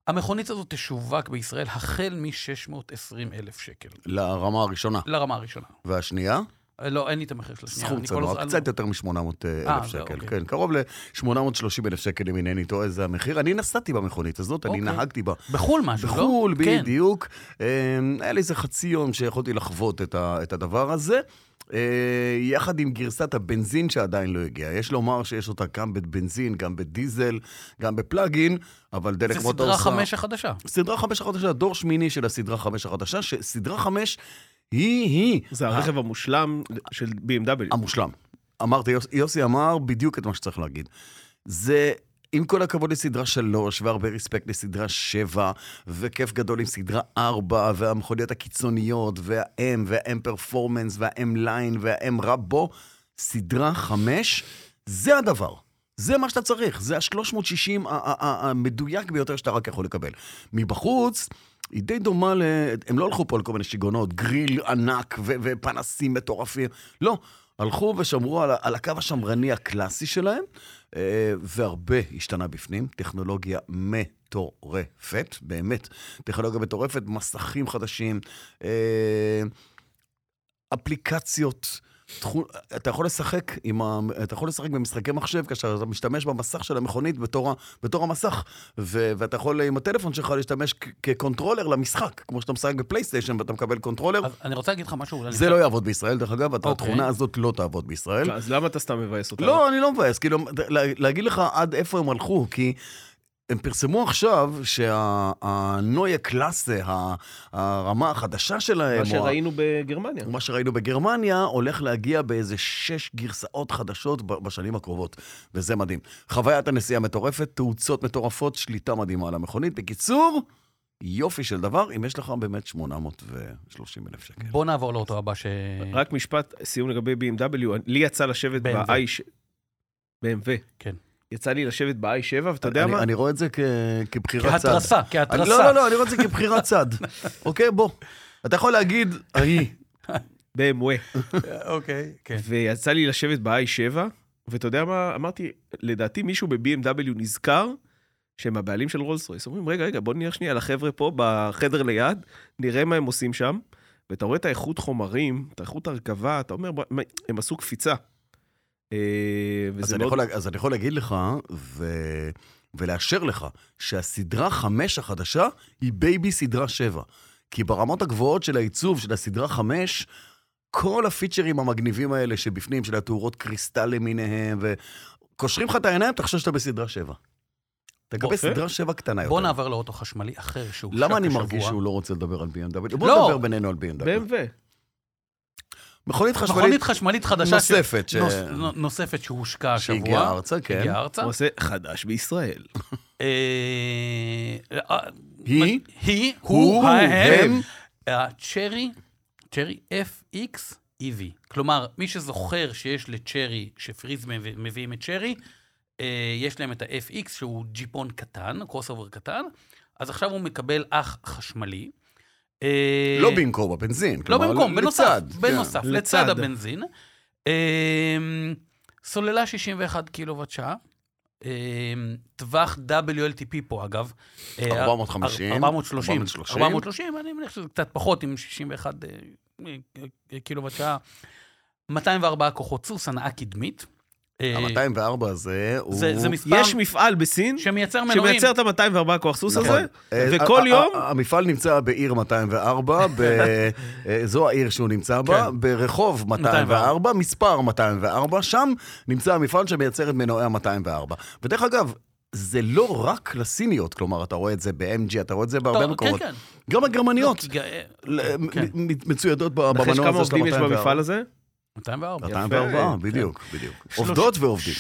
המכונית הזאת תשווק בישראל החל מ-620 אלף שקל,
לרמה הראשונה.
לרמה הראשונה.
והשנייה,
אה, לא, אין לי את המחיר של השנייה.
סכום
אני כל הזמן-
צנוע, קצת יותר מ-800
אה,
אלף
זה
שקל.
אוקיי.
כן, קרוב ל-830 אלף שקל, אם אינני טועה, זה המחיר. אני נסעתי במכונית הזאת, אני
אוקיי.
נהגתי בה.
בחו"ל משהו, לא?
בחו"ל,
כן.
בדיוק. אה, היה לי איזה חצי יום שיכולתי לחוות את, ה, את הדבר הזה. אה, יחד עם גרסת הבנזין שעדיין לא הגיעה. יש לומר שיש אותה גם בבנזין, גם בדיזל, גם בפלאגין, אבל דלק
זה
מוטור
סדרה חמש החדשה.
סדרה חמש החדשה, דור שמיני של הסדרה חמש החדשה, שסדרה חמש היא-היא
זה הרכב המושלם של BMW.
המושלם. אמרתי, יוס, יוסי אמר בדיוק את מה שצריך להגיד. זה, עם כל הכבוד לסדרה 3, והרבה רספקט לסדרה 7, וכיף גדול עם סדרה 4, והמכוניות הקיצוניות, וה-M, וה-M פרפורמנס, וה-M ליין, וה-M רבו, סדרה 5, זה הדבר. זה מה שאתה צריך, זה ה-360 ה- ה- ה- המדויק ביותר שאתה רק יכול לקבל. מבחוץ, היא די דומה ל... הם לא הלכו פה על כל מיני שיגעונות, גריל ענק ו- ופנסים מטורפים, לא. הלכו ושמרו על, ה- על הקו השמרני הקלאסי שלהם, אה, והרבה השתנה בפנים. טכנולוגיה מטורפת, באמת. טכנולוגיה מטורפת, מסכים חדשים, אה, אפליקציות. תחו- אתה יכול לשחק עם ה... אתה יכול לשחק במשחקי מחשב כאשר אתה משתמש במסך של המכונית בתור, ה- בתור המסך, ו... ואתה יכול עם הטלפון שלך להשתמש כ- כקונטרולר למשחק, כמו שאתה משחק בפלייסטיישן ואתה מקבל קונטרולר.
אז אני רוצה להגיד לך משהו, אולי
זה
אני-
לא יעבוד בישראל, דרך אגב, okay.
אוקיי.
התכונה הזאת לא תעבוד בישראל.
אז למה אתה סתם מבאס אותנו?
לא, אני לא מבאס, כאילו, לה- להגיד לך עד איפה הם הלכו, כי הם פרסמו עכשיו שהנויה קלאסה, ה- הרמה החדשה שלהם,
מה
או ה-
שראינו בגרמניה.
מה שראינו בגרמניה הולך להגיע באיזה שש גרסאות חדשות ב- בשנים הקרובות, וזה מדהים. חוויית הנסיעה מטורפת, תאוצות מטורפות, שליטה מדהימה על המכונית. בקיצור, יופי של דבר, אם יש לך באמת 830 אלף שקל.
בוא נעבור לאותו הבא ש...
רק משפט סיום לגבי BMW, לי יצא לשבת
BMW.
ב-i... ש- BMW.
כן.
יצא לי לשבת ב-i7, ואתה יודע
אני-
מה?
אני רואה את זה כ- כבחירת צד.
כהתרסה,
אני-
כהתרסה.
לא, לא, לא, אני רואה את זה כבחירת צד. אוקיי, בוא. אתה יכול להגיד, ההיא.
BMW.
אה,
אוקיי, כן.
ויצא לי לשבת ב-i7, ואתה יודע מה? אמרתי, לדעתי מישהו ב-BMW נזכר שהם הבעלים של רולס רויס. אומרים, רגע, רגע, בוא נלך שנייה לחבר'ה פה בחדר ליד, נראה מה הם עושים שם. ואתה רואה את האיכות חומרים, את האיכות הרכבה, אתה אומר, "בוא, מה, הם עשו קפיצה. אה,
אז
וזה
אני,
מאוד...
יכול, להג- אז אני יכול להגיד לך ו... ולאשר לך שהסדרה 5 החדשה היא בייבי סדרה 7. כי ברמות הגבוהות של העיצוב של הסדרה 5, כל הפיצ'רים המגניבים האלה שבפנים, של התאורות קריסטל למיניהם, וקושרים לך את העיניים, תחשוב שאתה בסדרה 7. תקבל
בוא,
סדרה 7 קטנה יותר.
בוא נעבור לאוטו חשמלי אחר שהוא...
למה אני
השבוע.
מרגיש שהוא לא רוצה לדבר על BMW? בוא
לא.
נדבר בינינו על BMW.
BMW.
מכונית חשמלית
מכונית חשמלית חדשה ש-
לא- נוספת ש-
נוס- נו- נוספת שהושקה השבוע.
שהגיעה ארצה, כן.
הגיעה ארצה.
הוא עושה חדש בישראל.
אה, אה,
היא?
מה- היא,
הוא,
הוא,
הם.
הם. הצ'רי, צ'רי FX EV. כלומר, מי שזוכר שיש לצ'רי, שפריז מביא- מביאים את צ'רי, אה, יש להם את ה-FX שהוא ג'יפון קטן, קרוס אובר קטן, אז עכשיו הוא מקבל אח חשמלי. אה,
לא במקום הבנזין,
לא
כלומר,
במקום,
לצד,
בנוסף,
כן.
בנוסף,
לצד.
לצד הבנזין. אמ, סוללה 61 קילוואט שעה. אמ, טווח WLTP פה, אגב. אה,
450,
430.
430.
430, אני מניח שזה קצת פחות עם 61 אה, אה, קילוואט שעה. 204 כוחות סוס, הנעה קדמית. אה,
ה-204 הזה הוא...
זה זה מספר
יש מפעל בסין
שמייצר מנועים.
שמייצר את ה-204 כוח סוס
נכון.
הזה,
אה,
וכל
ה-
יום...
ה- ה- המפעל נמצא בעיר 204, ב- אה, זו העיר שהוא נמצא בה,
כן.
ברחוב 204, מספר 204, שם נמצא המפעל שמייצר את מנועי ה-204. ודרך אגב, זה לא רק לסיניות, כלומר, אתה רואה את זה ב-MG, אתה רואה את זה בהרבה
כן,
מקומות.
כן.
גם הגרמניות
לא, כי- אה,
ל- מ-
כן,
מ- מצוידות ב- במנוע הזה
נחש
של ה-204.
כמה עובדים יש במפעל הזה?
204.
204, בדיוק,
כן.
בדיוק. עובדות ועובדים.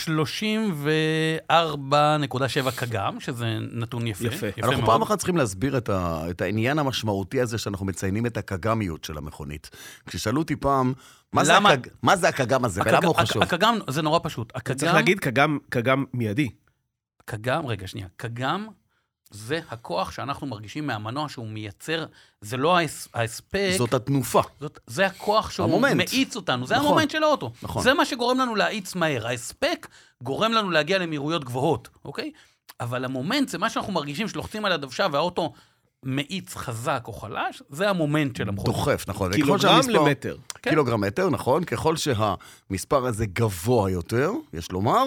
34.7 קגם, שזה נתון יפה.
יפה.
אנחנו
מאוד.
פעם אחת צריכים להסביר את, ה, את העניין המשמעותי הזה שאנחנו מציינים את הקגמיות של המכונית. כששאלו אותי פעם, מה, זה,
למה-
הקג, מה זה הקגם הזה
הקג-
ולמה הוא
הק-
חשוב?
הקגם, זה נורא פשוט. הקגם,
צריך להגיד כגם- כגם מיידי.
קגם, רגע, שנייה. קגם זה הכוח שאנחנו מרגישים מהמנוע שהוא מייצר, זה לא ההס- ההספק,
זאת התנופה.
זאת, זה הכוח שהוא
המומנט.
מאיץ אותנו, זה
נכון.
המומנט של האוטו.
נכון.
זה מה שגורם לנו להאיץ מהר. ההספק גורם לנו להגיע למהירויות גבוהות, אוקיי? אבל המומנט זה מה שאנחנו מרגישים שלוחצים על הדוושה והאוטו מאיץ חזק או חלש, זה המומנט של המכונית.
דוחף, נכון. וככל
קילוגרם
שהמספר-
למטר.
כן.
קילוגרם מטר, נכון. ככל שהמספר הזה גבוה יותר, יש לומר,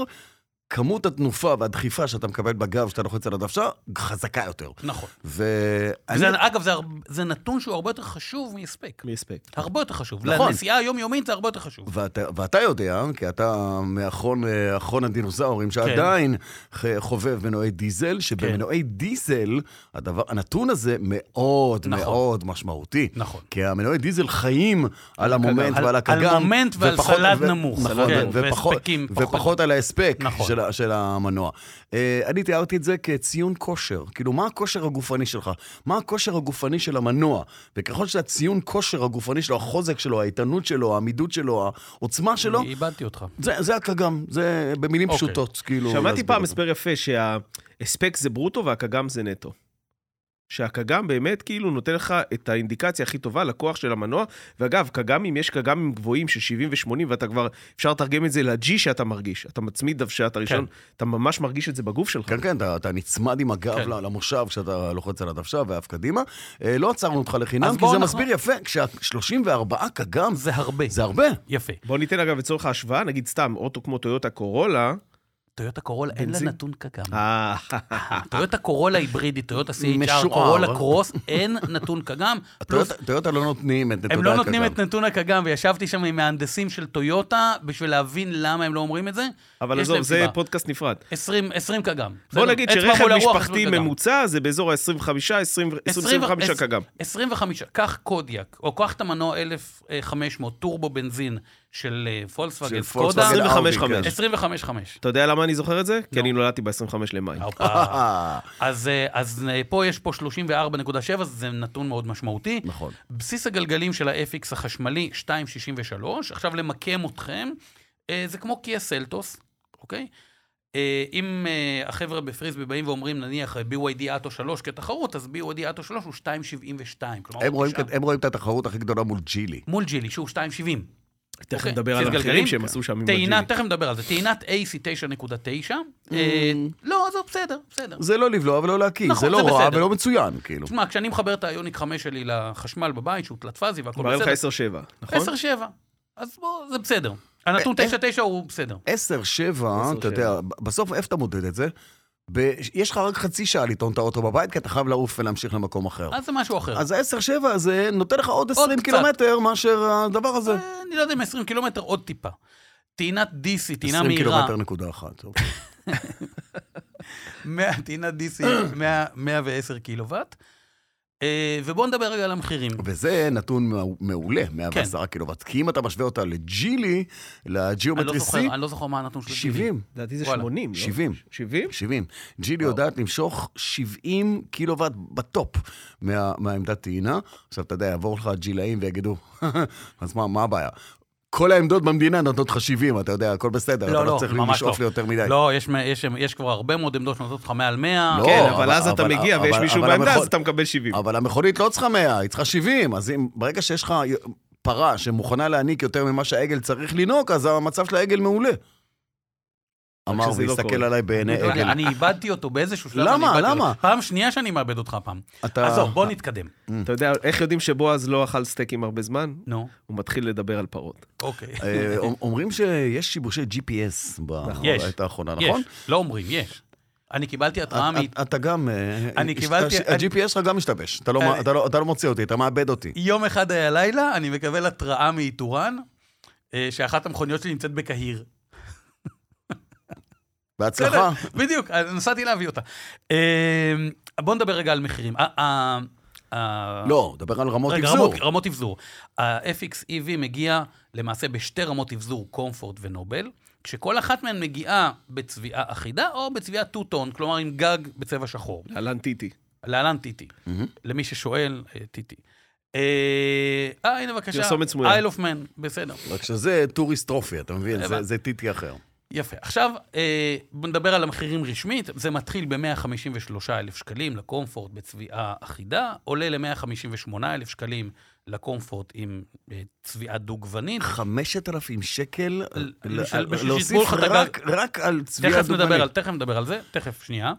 כמות התנופה והדחיפה שאתה מקבל בגב כשאתה לוחץ על הדוושה, חזקה יותר.
נכון.
ואני...
וזה,
לא-
אגב, זה, הר... זה נתון שהוא הרבה יותר חשוב מהספק.
מהספק.
הרבה יותר חשוב.
נכון.
נכון. לנסיעה היומיומית זה הרבה יותר חשוב.
ואתה, ואתה יודע, כי אתה מאחרון אה, אחרון
כן.
הדינוסאורים שעדיין ח- חובב מנועי דיזל,
כן.
שבמנועי דיזל הדבר, הנתון הזה מאוד
נכון.
מאוד משמעותי.
נכון.
כי המנועי דיזל חיים על המומנט
על-
ועל
על
הקגם.
מומנט ועל
ופחות-
סלד
ו-
נמוך.
נכון,
סלד,
ו- ופחות-
והספקים פחות.
ופחות על ההספק
נכון.
של ה- של המנוע. אה, אני תיארתי את זה כציון כושר. כאילו, מה הכושר הגופני שלך? מה הכושר הגופני של המנוע? וככל שהציון כושר הגופני שלו, החוזק שלו, האיתנות שלו, העמידות שלו, העוצמה שלו,
אני איבדתי אותך.
זה, זה הקגם, זה במילים
אוקיי.
פשוטות, כאילו...
שמעתי
להסביר
פעם
את זה.
הסבר יפה שההספק זה ברוטו והכגם זה נטו. שהכגם באמת כאילו נותן לך את האינדיקציה הכי טובה לכוח של המנוע. ואגב, כגמים, יש כגמים גבוהים של 70 ו-80, ואתה כבר, אפשר לתרגם את זה ל-G שאתה מרגיש. אתה מצמיד דוושה, אתה ראשון, אתה ממש מרגיש את זה בגוף שלך.
כן, כן, אתה, אתה נצמד עם הגב
כן.
כן. למושב כשאתה לוחץ על הדוושה ואף קדימה. אה, לא עצרנו אותך לחינם,
אז
כי זה
בואו אנחנו-
מסביר יפה, כשה-34 כגם זה...
זה הרבה.
זה הרבה.
יפה.
בוא ניתן אגב לצורך ההשוואה, נגיד סתם, אוטו כמו טויוטה קורולה.
טויוטה קורולה, אין לה
בנזין?
נתון קגם.
אה,
טויוטה קורולה היברידית, טויוטה CHR,
משוער.
קורולה קרוס, אין נתון קגם. פלוס,
טויוטה- טויוטה לא נותנים את נתוני
הם לא נותנים
הקגם.
את נתון הקגם, וישבתי שם עם מהנדסים של טויוטה בשביל להבין למה הם לא אומרים את זה.
אבל
יש
עזוב,
להם
זה
סיבה.
פודקאסט נפרד.
20 20 קגם.
בוא
בסדר?
נגיד
אצבע
שרכב
מול הרוח,
משפחתי
20 קגם.
ממוצע זה באזור ה-25, 25 כגם.
25, קח קודיאק, או קח את המנוע 1500 טורבו בנזין של אה, פולקסווגן,
של
סקודה,
פולקסווגן אאודי,
25.
כן.
25-5.
אתה יודע למה אני זוכר את זה?
לא.
כי אני נולדתי ב-25 למאי.
אוקיי,
אה,
אז, אה, אז אה, פה יש פה 34.7, זה נתון מאוד משמעותי.
נכון.
בסיס הגלגלים של ה-FX החשמלי, 2.63. עכשיו למקם אתכם, אה, זה כמו קיה סלטוס, אוקיי? אה, אם אה, החבר'ה בפריסבי באים ואומרים, נניח אה, BYD אטו 3 כתחרות, אז BYD אטו 3 הוא 2.72. כלומר,
הם
הוא
רואים,
נשאר
כ- הם רואים את התחרות הכי גדולה מול ג'ילי.
מול ג'ילי, שהוא 2.70.
תכף
אוקיי,
נדבר
בסיס
על המחירים
גלגלים?
שהם עשו שם עם
טעינה,
הג'ילי.
תכף נדבר על זה, טעינת AC 9.9, אה, לא, זה בסדר, בסדר.
זה לא לבלוע ולא להקיא,
נכון,
זה לא
זה
רע
בסדר.
ולא מצוין, כאילו.
תשמע, כשאני מחבר את האיוניק 5 שלי לחשמל בבית, שהוא תלת-פאזי והכל
מראה לך
בסדר,
10-7, נכון?
10 7. אז בוא, זה בסדר. הנתון 9.9 הוא בסדר.
10, 7, אתה יודע, בסוף איפה אתה מודד את זה? ב- יש לך רק חצי שעה לטעון את האוטו בבית, כי אתה חייב לעוף ולהמשיך למקום אחר.
אז זה משהו אחר.
אז ה-10-7 הזה נותן לך עוד
עוד
20
קצת.
קילומטר מאשר הדבר הזה.
אה, אני לא יודע אם 20 קילומטר, עוד טיפה. טעינת DC, טעינה
20
מהירה,
קילומטר נקודה אחת. אוקיי.
100 טעינת DC, 100 110 קילוואט. אה, ובואו נדבר רגע על המחירים.
וזה נתון מע- מעולה, 110
כן.
קילוואט. כי אם אתה משווה אותה לג'ילי,
אני לא
לג'יומטרי C,
זוכר- אני לא זוכר מה הנתון של ה-GD.
70.
לדעתי זה
וואלה.
80, לא?
70.
70?
70. ג'ילי יודעת למשוך 70 קילוואט בטופ מה- מהעמדת טעינה. עכשיו, אתה יודע, יעבור לך הג'ילאים ויגידו, אז מה, מה הבעיה? כל העמדות במדינה נותנות לך 70, אתה יודע, הכל בסדר.
לא,
אתה
לא,
צריך
ממש
לשאוף
לא.
ליותר מדי.
לא, יש, מ- יש, יש כבר הרבה מאוד עמדות שנותנות לך מעל 100.
לא,
כן, אבל
אבל-
אז אתה
אבל-
מגיע
אבל-
ויש מישהו
אבל
בעמדה,
המכון-
נכון.
אז אתה מקבל 70.
אבל המכונית לא צריכה 100, היא צריכה 70. אז אם, ברגע שיש לך פרה שמוכנה להעניק יותר ממה שהעגל צריך לנהוג, אז המצב של העגל מעולה. אמר
שזה לא
והסתכל
קורה.
עליי בעיני
לא,
עגל.
אני איבדתי אותו באיזשהו שלב.
למה?
אני איבדתי
למה?
אותו. פעם שנייה שאני מאבד אותך פעם.
אתה-
עזוב, בוא נתקדם.
אתה יודע, איך יודעים שבועז לא אכל סטייקים הרבה זמן?
נו,
הוא מתחיל לדבר על פרות.
אוקיי.
אה, אומרים שיש שיבושי GPS בעת האחרונה,
יש.
נכון?
לא אומרים, יש. אני קיבלתי התראה מ...
אתה- אתה גם... אה,
אני
הש-
קיבלתי-
הש- ה-GPS שלך גם משתבש. אתה לא-
אני-
אתה לא- אתה לא מוציא אותי, אתה מאבד אותי.
יום אחד היה לילה, אני מקבל התראה מאיתורן, אה, שאחת המכוניות שלי נמצאת בקהיר.
בהצלחה.
בסדר, בדיוק, אז נסעתי להביא אותה. בואו נדבר רגע על מחירים. ה- ה- ה-
לא, דבר על רמות
רגע,
אבזור.
רמות- רמות אבזור. ה-FX EV E מגיע למעשה בשתי רמות אבזור, קומפורט ונובל, כשכל אחת מהן מגיעה בצביעה אחידה או בצביעה טו-טון, כלומר עם גג בצבע שחור.
להלן טיטי.
להלן טיטי. למי ששואל, אה, טיטי. אה, אה, הנה בבקשה.
פרסומת סמויה.
Isle of Man, בסדר.
רק שזה טוריסט טרופי, אתה מבין? זה-
הבנתי.
זה טיטי אחר.
יפה. עכשיו, אה, בוא נדבר על המחירים רשמית. זה מתחיל ב-153,000 שקלים לקומפורט בצביעה אחידה, עולה ל-158,000 שקלים לקומפורט עם אה, צביעה דו-גוונית.
5,000 שקל
ל-
ל-
של- בשביל
אה, להוסיף
שיתנו לך את הגג.
רק- רק על צביעה
תכף נדבר, על,
דוגמנית.
תכף נדבר על זה, תכף, שנייה.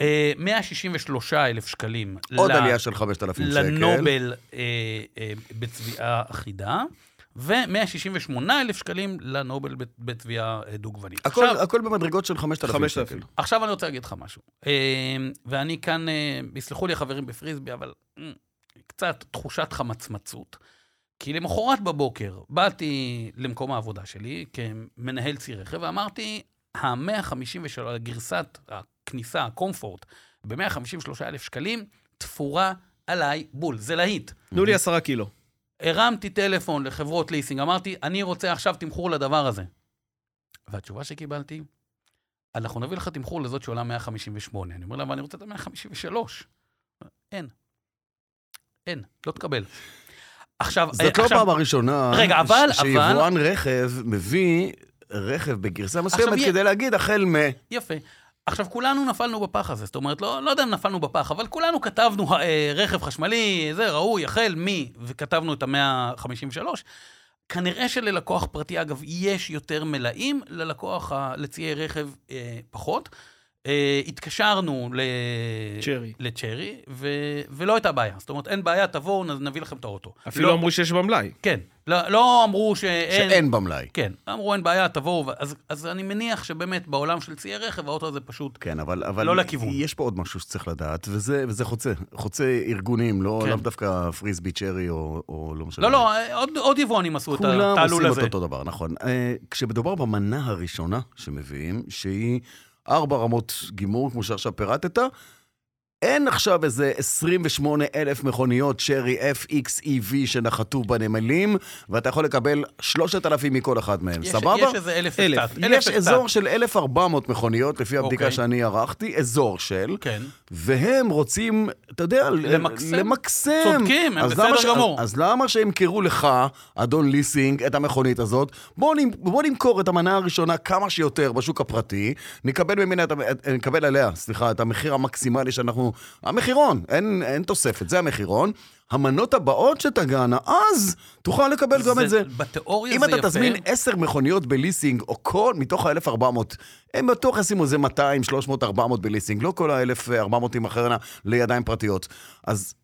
אה, 163,000 שקלים.
עוד
ל-
עלייה של 5,000 שקל.
לנובל אה, אה, בצביעה אחידה, ו-168,000 שקלים לנובל ב- בצביעה אה, דו-גוונית.
הכל-
עכשיו,
הכל במדרגות של 5,000 שקל.
5,000.
עכשיו אני רוצה להגיד לך משהו. אה, ואני כאן, אה, יסלחו לי החברים בפריסבי, אבל אה, קצת תחושת חמצמצות. כי למחרת בבוקר באתי למקום העבודה שלי כמנהל צי רכב, ואמרתי, ה-153, גרסת הכניסה, הקומפורט, ב-153,000 שקלים, תפורה עליי בול. זה להיט.
תנו לי עשרה קילו.
אה, הרמתי טלפון לחברות ליסינג, אמרתי, אני רוצה עכשיו תמחור לדבר הזה. והתשובה שקיבלתי, אנחנו נביא לך תמחור לזאת שעולה 158. אני אומר לה, אבל אני רוצה את ה-153.
אה.
אין. אין, לא תקבל. עכשיו,
זאת
אה,
לא
עכשיו,
פעם הראשונה
רגע,
ש-
אבל-
שיבואן רכב מביא רכב בגרסה מסוימת
יהיה-
כדי להגיד החל מ...
יפה. עכשיו, כולנו נפלנו בפח הזה, זאת אומרת, לא, לא יודע אם נפלנו בפח, אבל כולנו כתבנו אה, רכב חשמלי, זה ראוי, החל מי, וכתבנו את ה-153. כנראה שללקוח פרטי, אגב, יש יותר מלאים, ללקוח, ה- לציי רכב אה, פחות. אה, התקשרנו ל...
צ'רי.
לא. לצ'רי, ו... ולא הייתה בעיה. זאת אומרת, אין בעיה, תבואו, נ- נביא לכם את האוטו.
אפילו
לא,
אמרו שיש במלאי.
כן. לא, לא אמרו שאין...
שאין במלאי.
כן, אמרו אין בעיה, תבואו, ו- אז, אז אני מניח שבאמת בעולם של ציי רכב, האוטו הזה פשוט...
כן, אבל, אבל...
לא לכיוון.
יש פה עוד משהו שצריך לדעת, וזה, וזה חוצה. חוצה ארגונים, לא,
כן.
לאו דווקא פריסבי צ'רי או, או לא משנה.
לא, לא, עוד, עוד יבואנים עשו את
כולם
התעלול
עושים
הזה.
את אותו דבר, נכון. אה, כשמדובר במנה הראשונה שמביאים, שהיא ארבע רמות גימור, כמו שעכשיו פירטת, אין עכשיו איזה 28 אלף מכוניות שרי FXEV E, שנחתו בנמלים, ואתה יכול לקבל 3,000 מכל אחת מהן,
יש,
סבבה?
יש איזה אלף
אלף.
וקצת. אלף
יש
וקצת.
אזור של 1,400 מכוניות, לפי הבדיקה
אוקיי.
שאני ערכתי, אזור של,
כן.
והם רוצים, אתה יודע,
למקסם.
למקסם.
צודקים, הם
אז
בסדר
למה ש-
גמור.
אז למה שימכרו לך, אדון ליסינג, את המכונית הזאת? בוא, נמ... בוא נמכור את המנה הראשונה כמה שיותר בשוק הפרטי, נקבל ממנה, את... ה- את- נקבל עליה, סליחה, את המחיר המקסימלי שאנחנו... המחירון, אין, אין תוספת, זה המחירון. המנות הבאות שתגענה, אז תוכל לקבל גם את זה.
בתיאוריה
אם
זה
אתה
יפה.
תזמין עשר מכוניות בליסינג, או כל, מתוך ה-1400, הם בטוח ישימו איזה 200, 300, 400 בליסינג, לא כל ה-1400 תימכרנה לידיים פרטיות. אז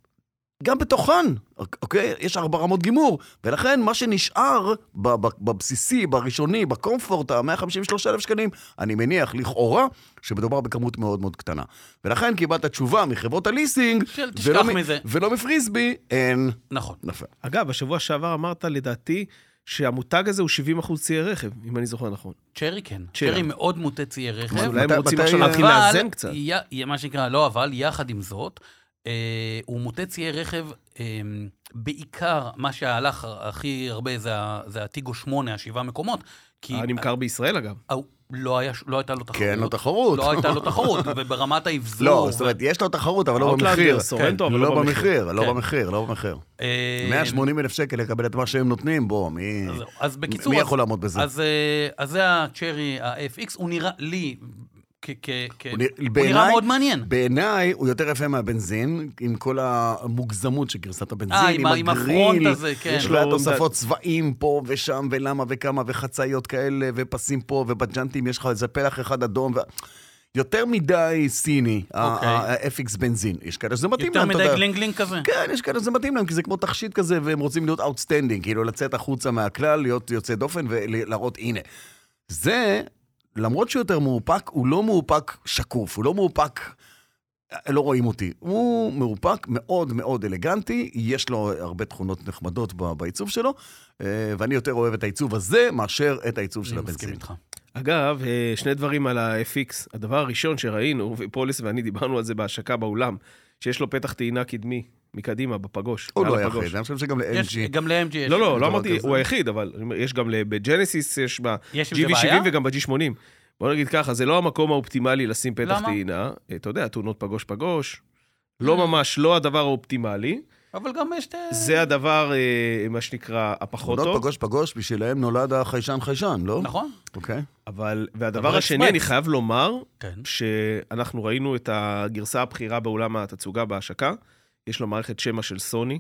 גם בתוכן, אוקיי? יש ארבע רמות גימור, ולכן מה שנשאר ב- ב- בבסיסי, בראשוני, בקומפורט, ה-153,000 שקלים, אני מניח, לכאורה, שמדובר בכמות מאוד מאוד קטנה. ולכן קיבלת תשובה מחברות הליסינג,
של תשכח
ולא, מ-
מזה.
ולא מפריסבי, אין.
נכון.
נפל.
אגב, בשבוע שעבר אמרת, לדעתי, שהמותג הזה הוא 70 אחוז ציי רכב, אם אני זוכר נכון.
צ'רי כן.
צ'רי.
צ'רי מאוד מוטה ציי רכב.
אז אולי הם
כן, מתי-
רוצים
מתי-
עכשיו להתחיל
אבל
לאזן קצת.
י- י- מה שנקרא, לא אבל, יחד עם זאת, אה, הוא מוטט ציי רכב, אה, בעיקר מה שהלך הכי הרבה זה, ה- זה הטיגו 8, השבעה מקומות, כי
הנמכר בישראל אגב.
אה, לא, היה, ש- לא הייתה לו תחרות.
כן, לא תחרות.
לא הייתה לו תחרות, וברמת האבזור.
לא, זאת אומרת, יש לו תחרות, אבל לא
האוטלנדר,
במחיר.
סורנטו,
כן,
אבל
לא
לא
במחיר. לא
כן.
במחיר, לא במחיר.
אה,
180 אלף שקל לקבל את מה שהם נותנים, בוא, מי...
אז זהו. אז בקיצור...
מי
אז-
יכול לעמוד בזה?
אז, אה, אז זה הצ'רי ה-FX, הוא נראה לי, כ- כ- כ-
הוא נראה-
אה, הוא נראה
בעיניי-
מאוד מעניין.
בעיניי הוא יותר יפה מהבנזין, עם כל המוגזמות של גרסת הבנזין,
אה,
עם,
עם ה- עם
הגריל,
הפרונט הזה, כן.
יש
לא,
לו
הוא-
תוספות צבעים פה ושם, ולמה וכמה, וחצאיות כאלה, ופסים פה, ובג'נטים, יש לך איזה פלח אחד אדום. ו... יותר מדי סיני,
אוקיי.
ה-FX בנזין. יש כאלה שזה מתאים
יותר
להם, אתה יודע.
מדי גלינגלינג כזה.
כן, יש כאלה שזה מתאים להם, כי זה כמו תכשיט כזה, והם רוצים להיות אאוטסטנדינג, כאילו לצאת החוצה מהכלל, להיות יוצא דופן ולהראות, הנה. זה, למרות שהוא יותר מאופק, הוא לא מאופק שקוף, הוא לא מאופק... לא רואים אותי. הוא מאופק, מאוד מאוד אלגנטי, יש לו הרבה תכונות נחמדות ב- בעיצוב שלו, אה, ואני יותר אוהב את העיצוב הזה מאשר את העיצוב של
אני מסכים
הבנזין.
איתך.
אגב, אה, שני דברים על ה-FX. הדבר הראשון שראינו, ופולס ואני דיברנו על זה בהשקה באולם, שיש לו פתח טעינה קדמי מקדימה, בפגוש.
הוא
מעל
לא
הפגוש.
היחיד, אני חושב שגם
יש-
ל-LG.
גם ל-MG יש.
לא, לא,
דבר
לא אמרתי,
כזה.
הוא היחיד, אבל אני אומר, יש גם ל- בג'נסיס, יש
יש עם זה
ב-GV70
בעיה?
וגם ב-G80. בוא נגיד ככה, זה לא המקום האופטימלי לשים פתח
למה?
טעינה. אה, אתה יודע, תאונות פגוש-פגוש. לא
אה.
ממש, לא הדבר האופטימלי.
אבל גם יש... את-
זה הדבר, אה, מה שנקרא, הפחות
לא
טוב.
פגוש פגוש, בשבילהם נולד החיישן חיישן, לא?
נכון?
אוקיי.
אבל,
אבל
והדבר השני, אני
אקספרס.
חייב לומר,
כן.
שאנחנו ראינו את הגרסה הבכירה באולם התצוגה בהשקה, יש לו מערכת שמע של סוני,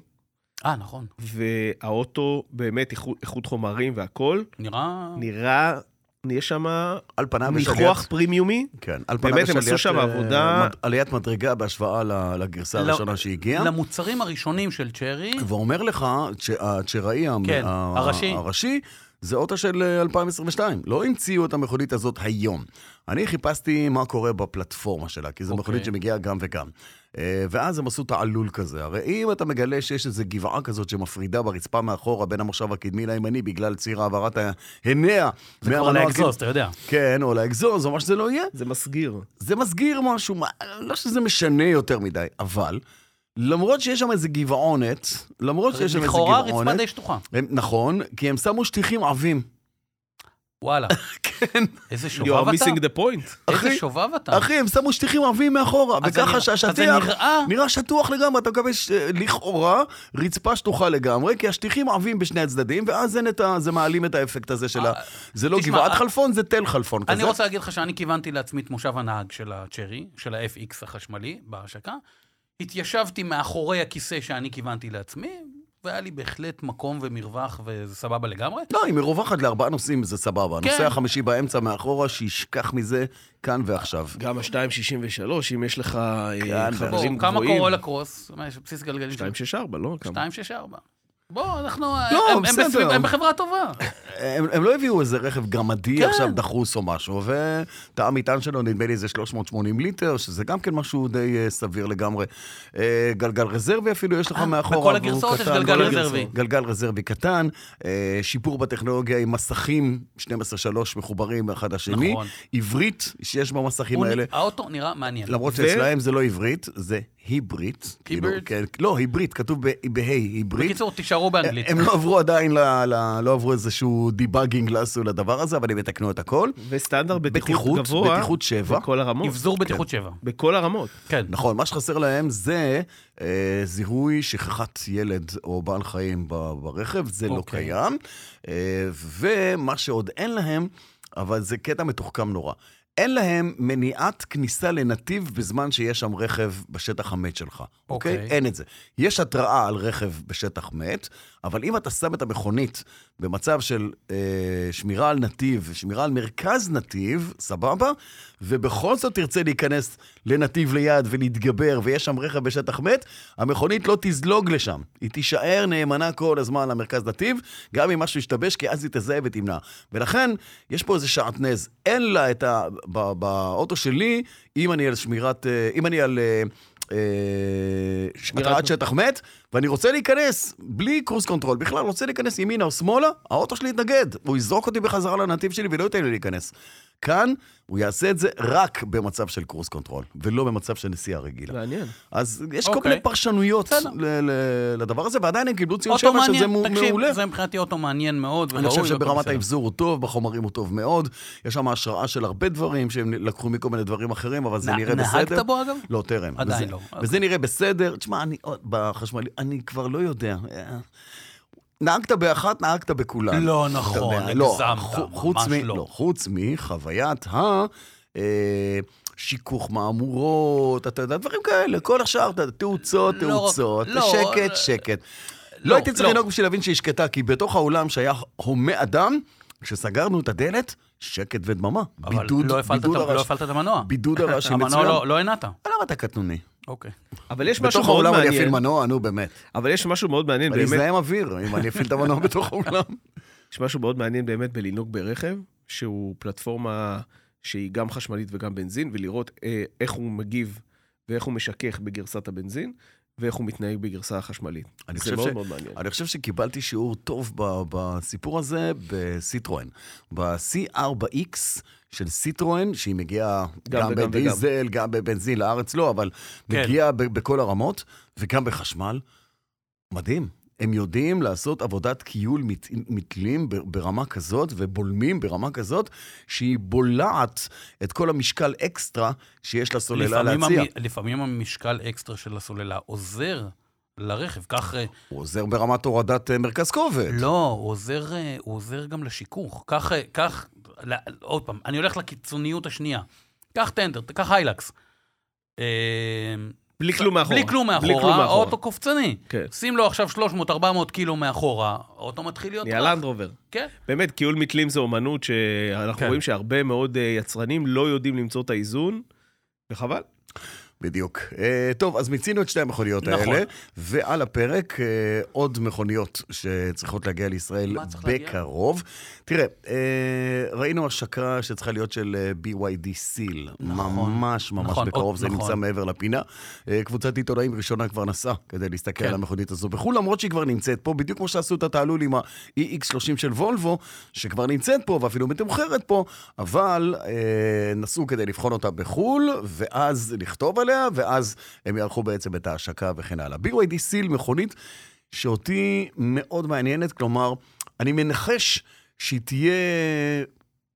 אה, נכון.
והאוטו באמת איכות, איכות חומרים והכול,
נראה...
נראה, יש שם
על פניו יש עליית-
ניחוח פרימיומי.
כן, על
באמת,
פניו יש
הם עשו
עליית,
שם
אה,
עבודה-
מד- עליית מדרגה בהשוואה ל- לגרסה
לא-
הראשונה שהגיעה.
למוצרים הראשונים של צ'רי,
ואומר לך, צ'- הצ'ראי המ-
כן,
ה-
הראשי.
הראשי, זה אוטו של אה, 2022. לא המציאו את המכונית הזאת היום. אני חיפשתי מה קורה בפלטפורמה שלה, כי זו
אוקיי.
מכונית שמגיעה גם וגם. אה, ואז הם עשו תעלול כזה. הרי אם אתה מגלה שיש איזו גבעה כזאת שמפרידה ברצפה מאחורה בין המושב הקדמי לימני בגלל ציר העברת ההנע
כבר
מהמנוע
לאקזוז,
הקדמי-
אתה יודע.
כן, או לאקזוז, או מה שזה לא יהיה,
זה מסגיר.
זה מסגיר משהו, מה- לא שזה משנה יותר מדי, אבל למרות שיש שם איזה גבעונת, למרות שיש שם איזה
לכאורה רצפה
גבעונת,
די שטוחה.
הם, נכון, כי הם שמו שטיחים עבים.
וואלה.
כן.
איזה
You
שובב
are
אתה.
missing the point.
אחי,
איזה שובב אתה.
אחי, הם שמו שטיחים עבים מאחורה,
אז זה
וככה
נראה- אז זה
שהשטיח
נראה...
נראה שטוח לגמרי, אתה מקבל ש- לכאורה רצפה שטוחה לגמרי, כי השטיחים עבים בשני הצדדים, ואז אין את ה... זה מעלים את האפקט הזה של ה...
אה,
זה לא
תשמע,
גבעת
אה,
חלפון, זה תל חלפון
אני
כזה.
רוצה להגיד לך שאני כיוונתי לעצמי את מושב הנהג של הצ'רי, של ה-FX החשמלי בהשקה. התיישבתי מאחורי הכיסא שאני כיוונתי לעצמי, והיה לי בהחלט מקום ומרווח, וזה סבבה לגמרי.
לא, היא מרווחת לארבעה נוסעים, זה סבבה.
כן.
הנושא החמישי באמצע מאחורה, שישכח מזה כאן ועכשיו.
גם ה-263, אם יש לך אה,
כן,
בואו,
חברים גבוהים.
כמה קורולה קרוס? מה, יש בסיס גלגלים?
264, לא? כמה?
264. בואו, אנחנו...
לא,
הם- הם
בסדר.
בסביב- הם בחברה טובה.
הם, הם לא הביאו איזה רכב גרמדי
כן.
עכשיו דחוס או משהו, ותא המטען שלו נדמה לי איזה 380 ליטר, שזה גם כן משהו די אה, סביר לגמרי. אה, גלגל רזרבי אפילו יש לך
אה,
מאחורה,
בכל
והוא
הגרסאות יש
קטן.
גלגל
כל
רזרבי.
הגרסאות. גלגל רזרבי קטן, אה, שיפור בטכנולוגיה עם מסכים, 12-3 מחוברים אחד לשני,
נכון.
עברית שיש במסכים
הוא-
האלה.
האוטו נראה מעניין.
למרות
ו-
שאצלם זה לא עברית, זה היברית. כאילו,
היברית?
כן, לא, היברית, כתוב ב- בה' היברית.
בקיצור, תישארו באנגלית.
הם לא עברו עדיין, ל, ל, לא עברו איזשהו דיבאגינג לעשו לדבר הזה, אבל הם יתקנו את הכל.
וסטנדרט
בטיחות,
בטיחות גבוה.
בטיחות שבע.
בכל הרמות. כן.
אבזור בטיחות 7.
בכל הרמות.
כן.
כן. נכון, מה שחסר להם זה אה, זיהוי שכחת ילד או בעל חיים ב- ברכב, זה לא
אוקיי.
קיים. אה, ומה שעוד אין להם, אבל זה קטע מתוחכם נורא. אין להם מניעת כניסה לנתיב בזמן שיש שם רכב בשטח המת שלך, אוקיי?
אוקיי.
אין את זה. יש התראה על רכב בשטח מת, אבל אם אתה שם את המכונית במצב של אה, שמירה על נתיב, שמירה על מרכז נתיב, סבבה? ובכל זאת תרצה להיכנס לנתיב ליד ולהתגבר, ויש שם רכב בשטח מת, המכונית לא תזלוג לשם. היא תישאר נאמנה כל הזמן למרכז נתיב, גם אם משהו ישתבש, כי אז היא תזהה ותמנע. ולכן, יש פה איזה שעטנז. אין לה את ה... ב- באוטו שלי, אם אני על שמירת... אה, אם אני על... אה, אה, התרעת שטח מת, ואני רוצה להיכנס, בלי קורס קונטרול, בכלל רוצה להיכנס ימינה או שמאלה, האוטו שלי יתנגד, הוא יזרוק אותי בחזרה לנתיב שלי ולא ייתן לי להיכנס. כאן הוא יעשה את זה רק במצב של קורס קונטרול, ולא במצב של נסיעה רגילה.
מעניין.
אז יש כל
אוקיי.
מיני פרשנויות
בסדר.
ל- ל- לדבר הזה, ועדיין הם קיבלו ציון
אוטו
7, שזה
מעניין,
מו-
תקשיב,
מעולה.
זה מבחינתי אוטו מעניין מאוד,
אני חושב
וראוי, והכל
שברמת
בסדר.
האבזור הוא טוב, בחומרים הוא טוב מאוד. יש שם השראה של הרבה דברים שהם לקחו מכל מיני דברים אחרים, אבל זה
נ-
נראה
נהגת
בסדר.
בו, אגב?
לא, טרם.
עדיין
וזה-
לא.
וזה נראה בסדר. תשמע, אני עוד בחשמלי, אני כבר לא יודע. אה, נהגת באחת, נהגת בכולן.
לא
אתה
נכון,
יודע, לא,
הגזמת,
חו-
ממש
חוץ מ-
לא.
לא, חוץ מחוויית ה... אה, שיכוך מהמורות, אתה יודע, דברים כאלה, כל השאר, אתה- תאוצות,
לא רק-
תאוצות,
לא,
שקט,
אה,
שקט.
לא,
לא הייתי צריך
לא.
לנהוג בשביל להבין שהיא שקטה, כי בתוך האולם שהיה הומה אדם, כשסגרנו את הדלת, שקט ודממה.
אבל
בידוד,
לא הפעלת
בידוד
את ה-
הרעש-
לא הפעלת את המנוע.
בידוד הרעש מצוין.
המנוע לא- לא הנעת.
למה אתה קטנוני?
אוקיי.
אבל יש משהו
בתוך
מאוד
האולם אני אפעיל
מעניין,
מנוע, נו באמת.
כן,
אבל יש משהו מאוד מעניין
אני
באמת,
אזדהם אוויר אם אני אפעיל את המנוע בתוך האולם.
יש משהו מאוד מעניין באמת בלנהוג ברכב, שהוא פלטפורמה שהיא גם חשמלית וגם בנזין, ולראות אה, איך הוא מגיב ואיך הוא משכך בגרסת הבנזין, ואיך הוא מתנהג בגרסה החשמלית.
אני
זה
חושב
מאוד
ש-
מאוד מעניין.
אני חושב שקיבלתי שיעור טוב ב- בסיפור הזה בסיטרואן. ב-C4X של סיטרואן, שהיא מגיעה
גם
גם
וגם
בדיזל, גם בבנזין, לארץ לא, אבל
כן.
מגיעה ב- בכל הרמות, וגם בחשמל. מדהים. הם יודעים לעשות עבודת כיול מת, מתלים ב- ברמה כזאת ובולמים ברמה כזאת, שהיא בולעת את כל המשקל אקסטרה שיש לסוללה
לפעמים
להציע.
המ- לפעמים המשקל אקסטרה של הסוללה עוזר לרכב, כך... אה,
הוא עוזר ברמת הורדת אה, מרכז כובד.
לא, הוא עוזר, אה, הוא עוזר גם לשיכוך. קח, אה, קח, לא, עוד פעם, אני הולך לקיצוניות השנייה. קח טנדר, קח היילקס. אה,
בלי כלום מאחורה.
בלי כלום מאחורה,
בלי כלום מאחורה.
אוטו קופצני.
כן.
שים לו עכשיו 300-400 קילו מאחורה, האוטו מתחיל להיות...
נהיה
רך.
לנדרובר.
כן.
באמת, קיול מתלים זו אומנות שאנחנו
כן.
רואים שהרבה מאוד אה, יצרנים לא יודעים למצוא את האיזון, וחבל.
בדיוק. אה, טוב, אז מיצינו את שתי המכוניות
נכון.
האלה, ועל הפרק אה, עוד מכוניות שצריכות להגיע לישראל
מה צריך להגיע?
בקרוב. תראה, אה, ראינו השקה שצריכה להיות של אה, BYD סיל,
נכון.
ממש ממש
נכון,
בקרוב,
עוד-
זה
נכון.
נמצא מעבר לפינה. אה, קבוצת עיתונאים ראשונה כבר נסעה כדי להסתכל
כן.
על המכונית הזו בחו"ל, למרות שהיא כבר נמצאת פה, בדיוק כמו שעשו את התעלול עם ה-EX30 של וולבו, שכבר נמצאת פה ואפילו מתמחרת פה, אבל אה, נסעו כדי לבחון אותה בחו"ל, ואז לכתוב עליה, ואז הם יערכו בעצם את ההשקה וכן הלאה. BYD סיל מכונית שאותי מאוד מעניינת, כלומר, אני מנחש שהיא תהיה...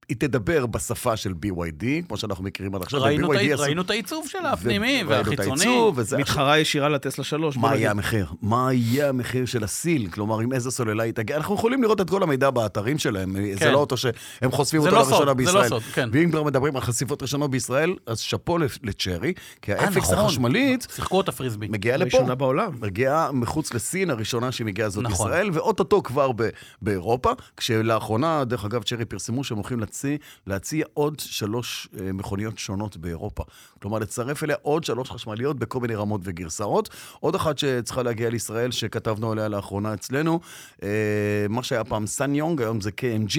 היא תדבר בשפה של BYD, כמו שאנחנו מכירים עד עכשיו.
ראינו,
ב-BYD
את,
עשו-
ראינו את העיצוב שלה, הפנימי
וראינו את
והחיצוני.
העיצוב, וזה
מתחרה ישירה לטסלה 3.
מה יהיה המחיר? מה יהיה המחיר של הסיל? כלומר, עם איזה סוללה היא תגיע? אנחנו יכולים לראות את כל המידע באתרים שלהם. זה
כן.
לא אותו שהם חושפים
זה
אותו
לא
לראשונה
סוד, זה
בישראל.
לא סוד, כן.
ואם כבר מדברים על חשיפות ראשונות בישראל, אז שאפו לפ- לצ'רי, כי
אה,
האפקס
נכון.
החשמלית
שיחקו אותה פריסבי.
מגיעה לפה.
ראשונה בעולם.
מגיעה מחוץ לסין, הראשונה שמגיעה זאת
נכון.
ישראל, ואו-טו-טו כבר ב- באירופה, כשלאחרונה, דרך אגב, צ'רי פרסמו שהם הולכים להציע, להציע עוד שלוש אה, מכוניות שונות באירופה. כלומר, לצרף אליה עוד שלוש חשמליות בכל מיני רמות וגרסאות. עוד אחת שצריכה להגיע לישראל, שכתבנו עליה לאחרונה אצלנו, אה, מה שהיה פעם סניונג, היום זה KMG.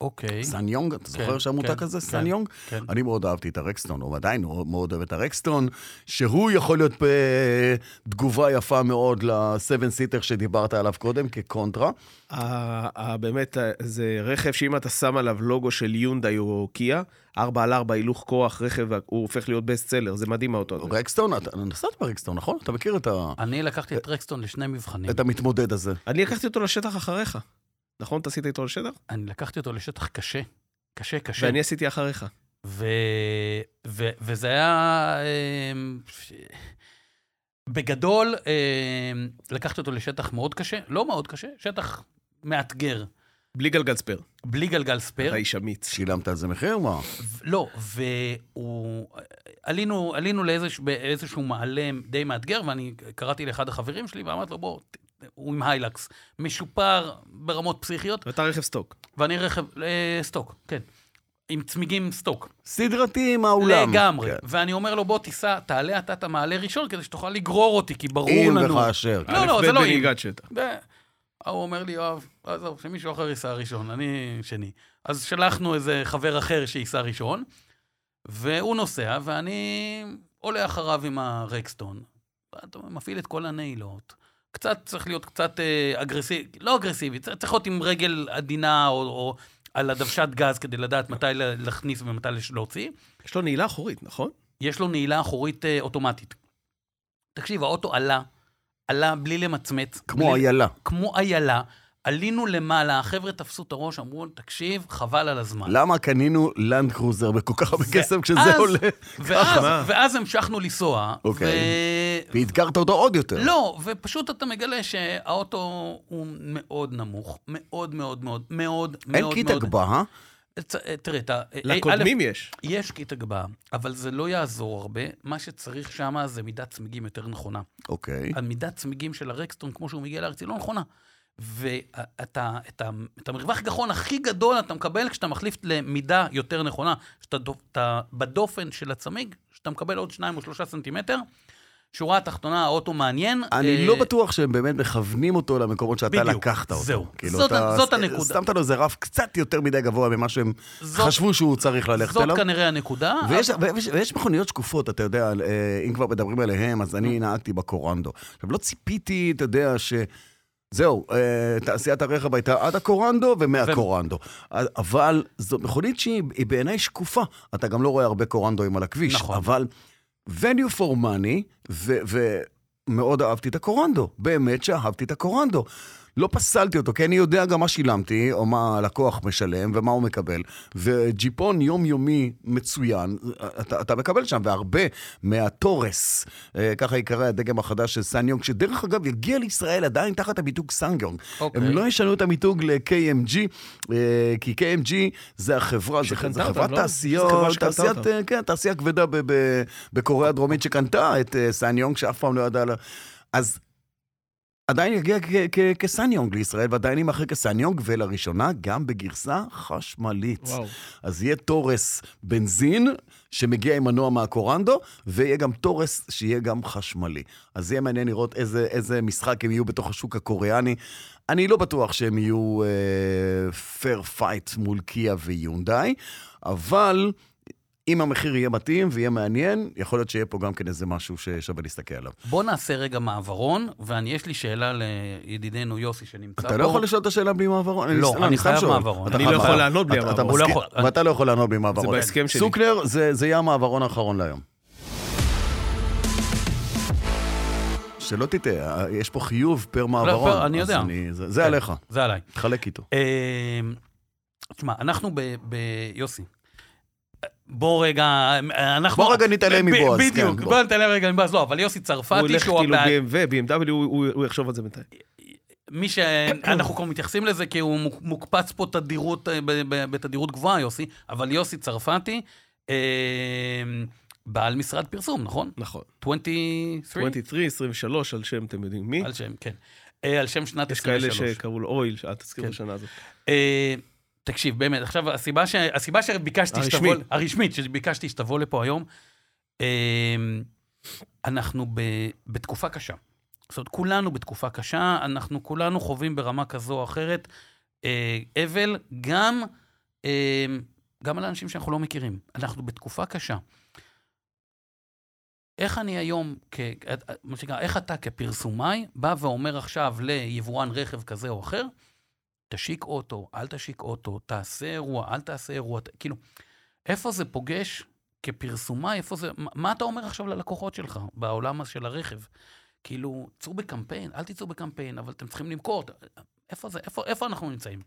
אוקיי.
סניונג, אתה זוכר שהיה מותג
כן,
כזה?
כן.
סניונג?
כן.
אני מאוד אהבתי את הרקסטון, או עדיין הוא מאוד אוהב את הרקסטון, שהוא יכול להיות אה, תגובה יפה מאוד לסבן סיטר שדיברת עליו קודם כקונטרה.
ה- ה- באמת, ה- זה רכב שאם אתה שם עליו לוגו של יונדאי או קיאה, 4 על 4 הילוך כוח רכב, הוא הופך להיות בסט סלר, זה מדהים האוטו הזה.
רקסטון, אתה נסעת ברקסטון, נכון? אתה מכיר את, ה,
אני לקחתי את רקסטון לשני מבחנים.
את המתמודד הזה.
אני לקחתי אותו לשטח אחריך, נכון? אתה עשית איתו לשטח?
אני לקחתי אותו לשטח קשה. קשה, קשה.
ואני עשיתי אחריך.
ו... ו... וזה היה... אמ, ש- בגדול, אמ, לקחתי אותו לשטח מאוד קשה, לא מאוד קשה, שטח מאתגר,
בלי גלגל ספייר.
בלי גלגל ספייר.
אתה איש אמיץ.
שילמת על זה מחיר? מה?
ו- לא, והוא... עלינו, עלינו לאיזשהו, באיזשהו מעלה די מאתגר, ואני קראתי לאחד החברים שלי ואמרתי לו, בוא, ת- הוא עם היילקס, משופר ברמות פסיכיות,
ואתה רכב סטוק.
ואני רכב... אה, סטוק, כן. עם צמיגים סטוק.
סדרתי עם האולם.
לגמרי.
כן.
ואני אומר לו, בוא תיסע, תעלה אתה את המעלה ראשון, כדי שתוכל לגרור אותי, כי ברור
אם
לנו.
וכאשר.
לא, לא, זה לא אם.
בנהיגת שטח.
ו- הוא אומר לי, יואב, עזוב, שמישהו אחר ייסע ראשון, אני שני. אז שלחנו איזה חבר אחר שייסע ראשון, והוא נוסע, ואני עולה אחריו עם הרקסטון. אתה מפעיל את כל הנעילות. קצת, צריך להיות קצת אה, אגרסיבי, לא אגרסיבי, צ- צריך להיות עם רגל עדינה או, או על הדוושת גז כדי לדעת מתי לה- להכניס ומתי לש- להוציא.
יש לו נעילה אחורית, נכון?
יש לו נעילה אחורית אה, אוטומטית. תקשיב, האוטו עלה, עלה בלי למצמץ.
כמו
בלי,
איילה.
כמו איילה. עלינו למעלה, החבר'ה תפסו את הראש, אמרו, תקשיב, חבל על הזמן.
למה קנינו לנד קרוזר בכל כך הרבה כסף כשזה
ואז-
עולה?
מה?
ואז, ואז המשכנו לנסוע.
אוקיי.
ו...
ואתגרת אותו עוד יותר.
לא, ופשוט אתה מגלה שהאוטו הוא מאוד נמוך, מאוד מאוד מאוד מאוד
אין
מאוד.
קיט
מאוד-
הגבהה.
צ- אה, תראה, אתה... אה,
לקודמים יש.
א', יש קיט הגבהה, אבל זה לא יעזור הרבה. מה שצריך שם זה מידת צמיגים יותר נכונה.
אוקיי.
המידת צמיגים של הרקסטון, כמו שהוא מגיע לארץ, היא לא נכונה. ואתה, את, ה- את המרווח גחון הכי גדול אתה מקבל כשאתה מחליף למידה יותר נכונה. שאתה דופ, אתה, בדופן של הצמיג, שאתה מקבל עוד שניים או שלושה סנטימטר. שורה התחתונה, האוטו מעניין.
אני
אה,
לא בטוח שהם באמת מכוונים אותו למקומות שאתה
בדיוק,
לקחת אותו.
זהו.
כאילו,
זאת
אתה-
ה- זאת הנקודה.
שמת לו איזה רף קצת יותר מדי גבוה ממה שהם
זאת-
חשבו שהוא צריך ללכת
זאת
אליו.
כנראה הנקודה.
לא? ויש, ויש, ויש מכוניות שקופות, אתה יודע, על, אה, אם כבר מדברים עליהן, אז
Mm.
אני נהגתי בקורנדו. עכשיו, לא ציפיתי, אתה יודע, ש... זהו, אה, תעשיית הרכב הייתה עד הקורנדו ומהקורנדו. ו... אבל זו מכונית שהיא היא בעיניי שקופה. אתה גם לא רואה הרבה קורנדוים על הכביש.
נכון.
אבל value for money, ו... ומאוד אהבתי את הקורנדו. באמת שאהבתי את הקורנדו. לא פסלתי אותו, כי אני יודע גם מה שילמתי, או מה הלקוח משלם, ומה הוא מקבל. וג'יפון יומיומי מצוין, אתה, אתה מקבל שם, והרבה מהתורס, אה, ככה ייקרא הדגם החדש של סניונג, שדרך אגב יגיע לישראל עדיין תחת המיתוג סניונג.
אוקיי.
הם לא ישנו את המיתוג ל-KMG, אה, כי KMG זה החברה, זה
שקנתה
זה
אותם,
חברת
לא?
תעשיות,
זו חברה שקנתה
תעשיית,
אותם.
אה, כן, תעשייה כבדה ב- ב- בקוריאה הדרומית שקנתה את אה, סניונג, שאף פעם לא ידעה לה. אז עדיין יגיע כ- כ- כסניונג לישראל, ועדיין יימכר כסניונג, ולראשונה גם בגרסה חשמלית.
וואו.
אז יהיה תורס בנזין, שמגיע עם מנוע מהקורנדו, ויהיה גם תורס שיהיה גם חשמלי. אז יהיה מעניין לראות איזה, איזה משחק הם יהיו בתוך השוק הקוריאני. אני לא בטוח שהם יהיו פייר אה, פייט מול קיה ויונדאי, אבל אם המחיר יהיה מתאים ויהיה מעניין, יכול להיות שיהיה פה גם כן איזה משהו ששווה להסתכל עליו.
בוא נעשה רגע מעברון, ויש לי שאלה לידידנו יוסי שנמצא פה.
אתה לא יכול לשאול את השאלה בלי מעברון?
לא,
סתם,
אני
סתם
חייב
שואל.
מעברון.
אתה
אני
חייב
לא יכול
מעברון.
לענות בלי
אתה- אתה
המעברון.
הוא לא
מסכים-
יכול.
ואתה לא יכול לענות בלי מעברון.
בהסכם שלי.
סוקנר, זה זה יהיה המעברון האחרון להיום. שלא תטעה, יש פה חיוב פר מעברון.
לא, פר- אני
אז
יודע. כן.
זה- זה עליך,
זה עליי.
תחלק איתו.
אמ, תשמע, אנחנו ב... ב- יוסי. בוא רגע, אנחנו...
בוא רגע נתעלם
ב-
מבועז, כן,
בדיוק,
בוא.
בוא נתעלם רגע מבועז, לא, אבל יוסי
הוא
צרפתי,
הולך
שהוא
כאילו
הבעל...
ב-BMW, הוא יחשוב על זה בינתיים.
מי שאנחנו כבר מתייחסים לזה כי הוא מוק- מוקפץ פה תדירות, אה, ב- ב- בתדירות גבוהה, יוסי, אבל יוסי צרפתי, אמ, בעל משרד פרסום, נכון?
נכון.
23?
23, 23, על שם אתם יודעים מי.
על שם, כן. אה, על שם שנת
יש כאלה
23.
שקראו לו אויל, אל תזכירו
כן.
בשנה הזאת.
אה, תקשיב, באמת, עכשיו, הסיבה, ש... הסיבה שביקשתי
הרשמית.
שתבוא... הרשמית. שביקשתי שתבוא לפה היום, אה, אנחנו ב... בתקופה קשה. זאת אומרת, כולנו בתקופה קשה, אנחנו כולנו חווים ברמה כזו או אחרת אה, אבל, גם, אה, גם על האנשים שאנחנו לא מכירים. אנחנו בתקופה קשה. איך אני היום, כ... אה, מה שנקרא, איך אתה כפרסומאי בא ואומר עכשיו ליבואן רכב כזה או אחר, תשיק אוטו, אל תשיק אוטו, תעשה אירוע, אל תעשה אירוע, ת- כאילו, איפה זה פוגש כפרסומה, איפה זה, מה- מה אתה אומר עכשיו ללקוחות שלך בעולם הזה של הרכב? כאילו, צאו בקמפיין, אל תצאו בקמפיין, אבל אתם צריכים למכור. איפה זה, איפה, איפה אנחנו נמצאים?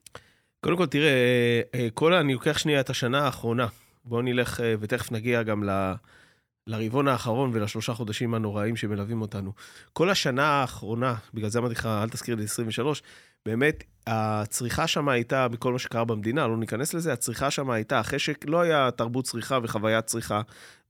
קודם כל, תראה, אה, אה, כל ה- אני לוקח שנייה את השנה האחרונה. בואו נלך, אה, ותכף נגיע גם ל... לרבעון האחרון ולשלושה חודשים הנוראים שמלווים אותנו. כל השנה האחרונה, בגלל זה אמרתי לך, אל תזכיר לי 23, באמת, הצריכה שם הייתה, בכל מה שקרה במדינה, לא ניכנס לזה, הצריכה שם הייתה, אחרי שלא היה תרבות צריכה וחוויית צריכה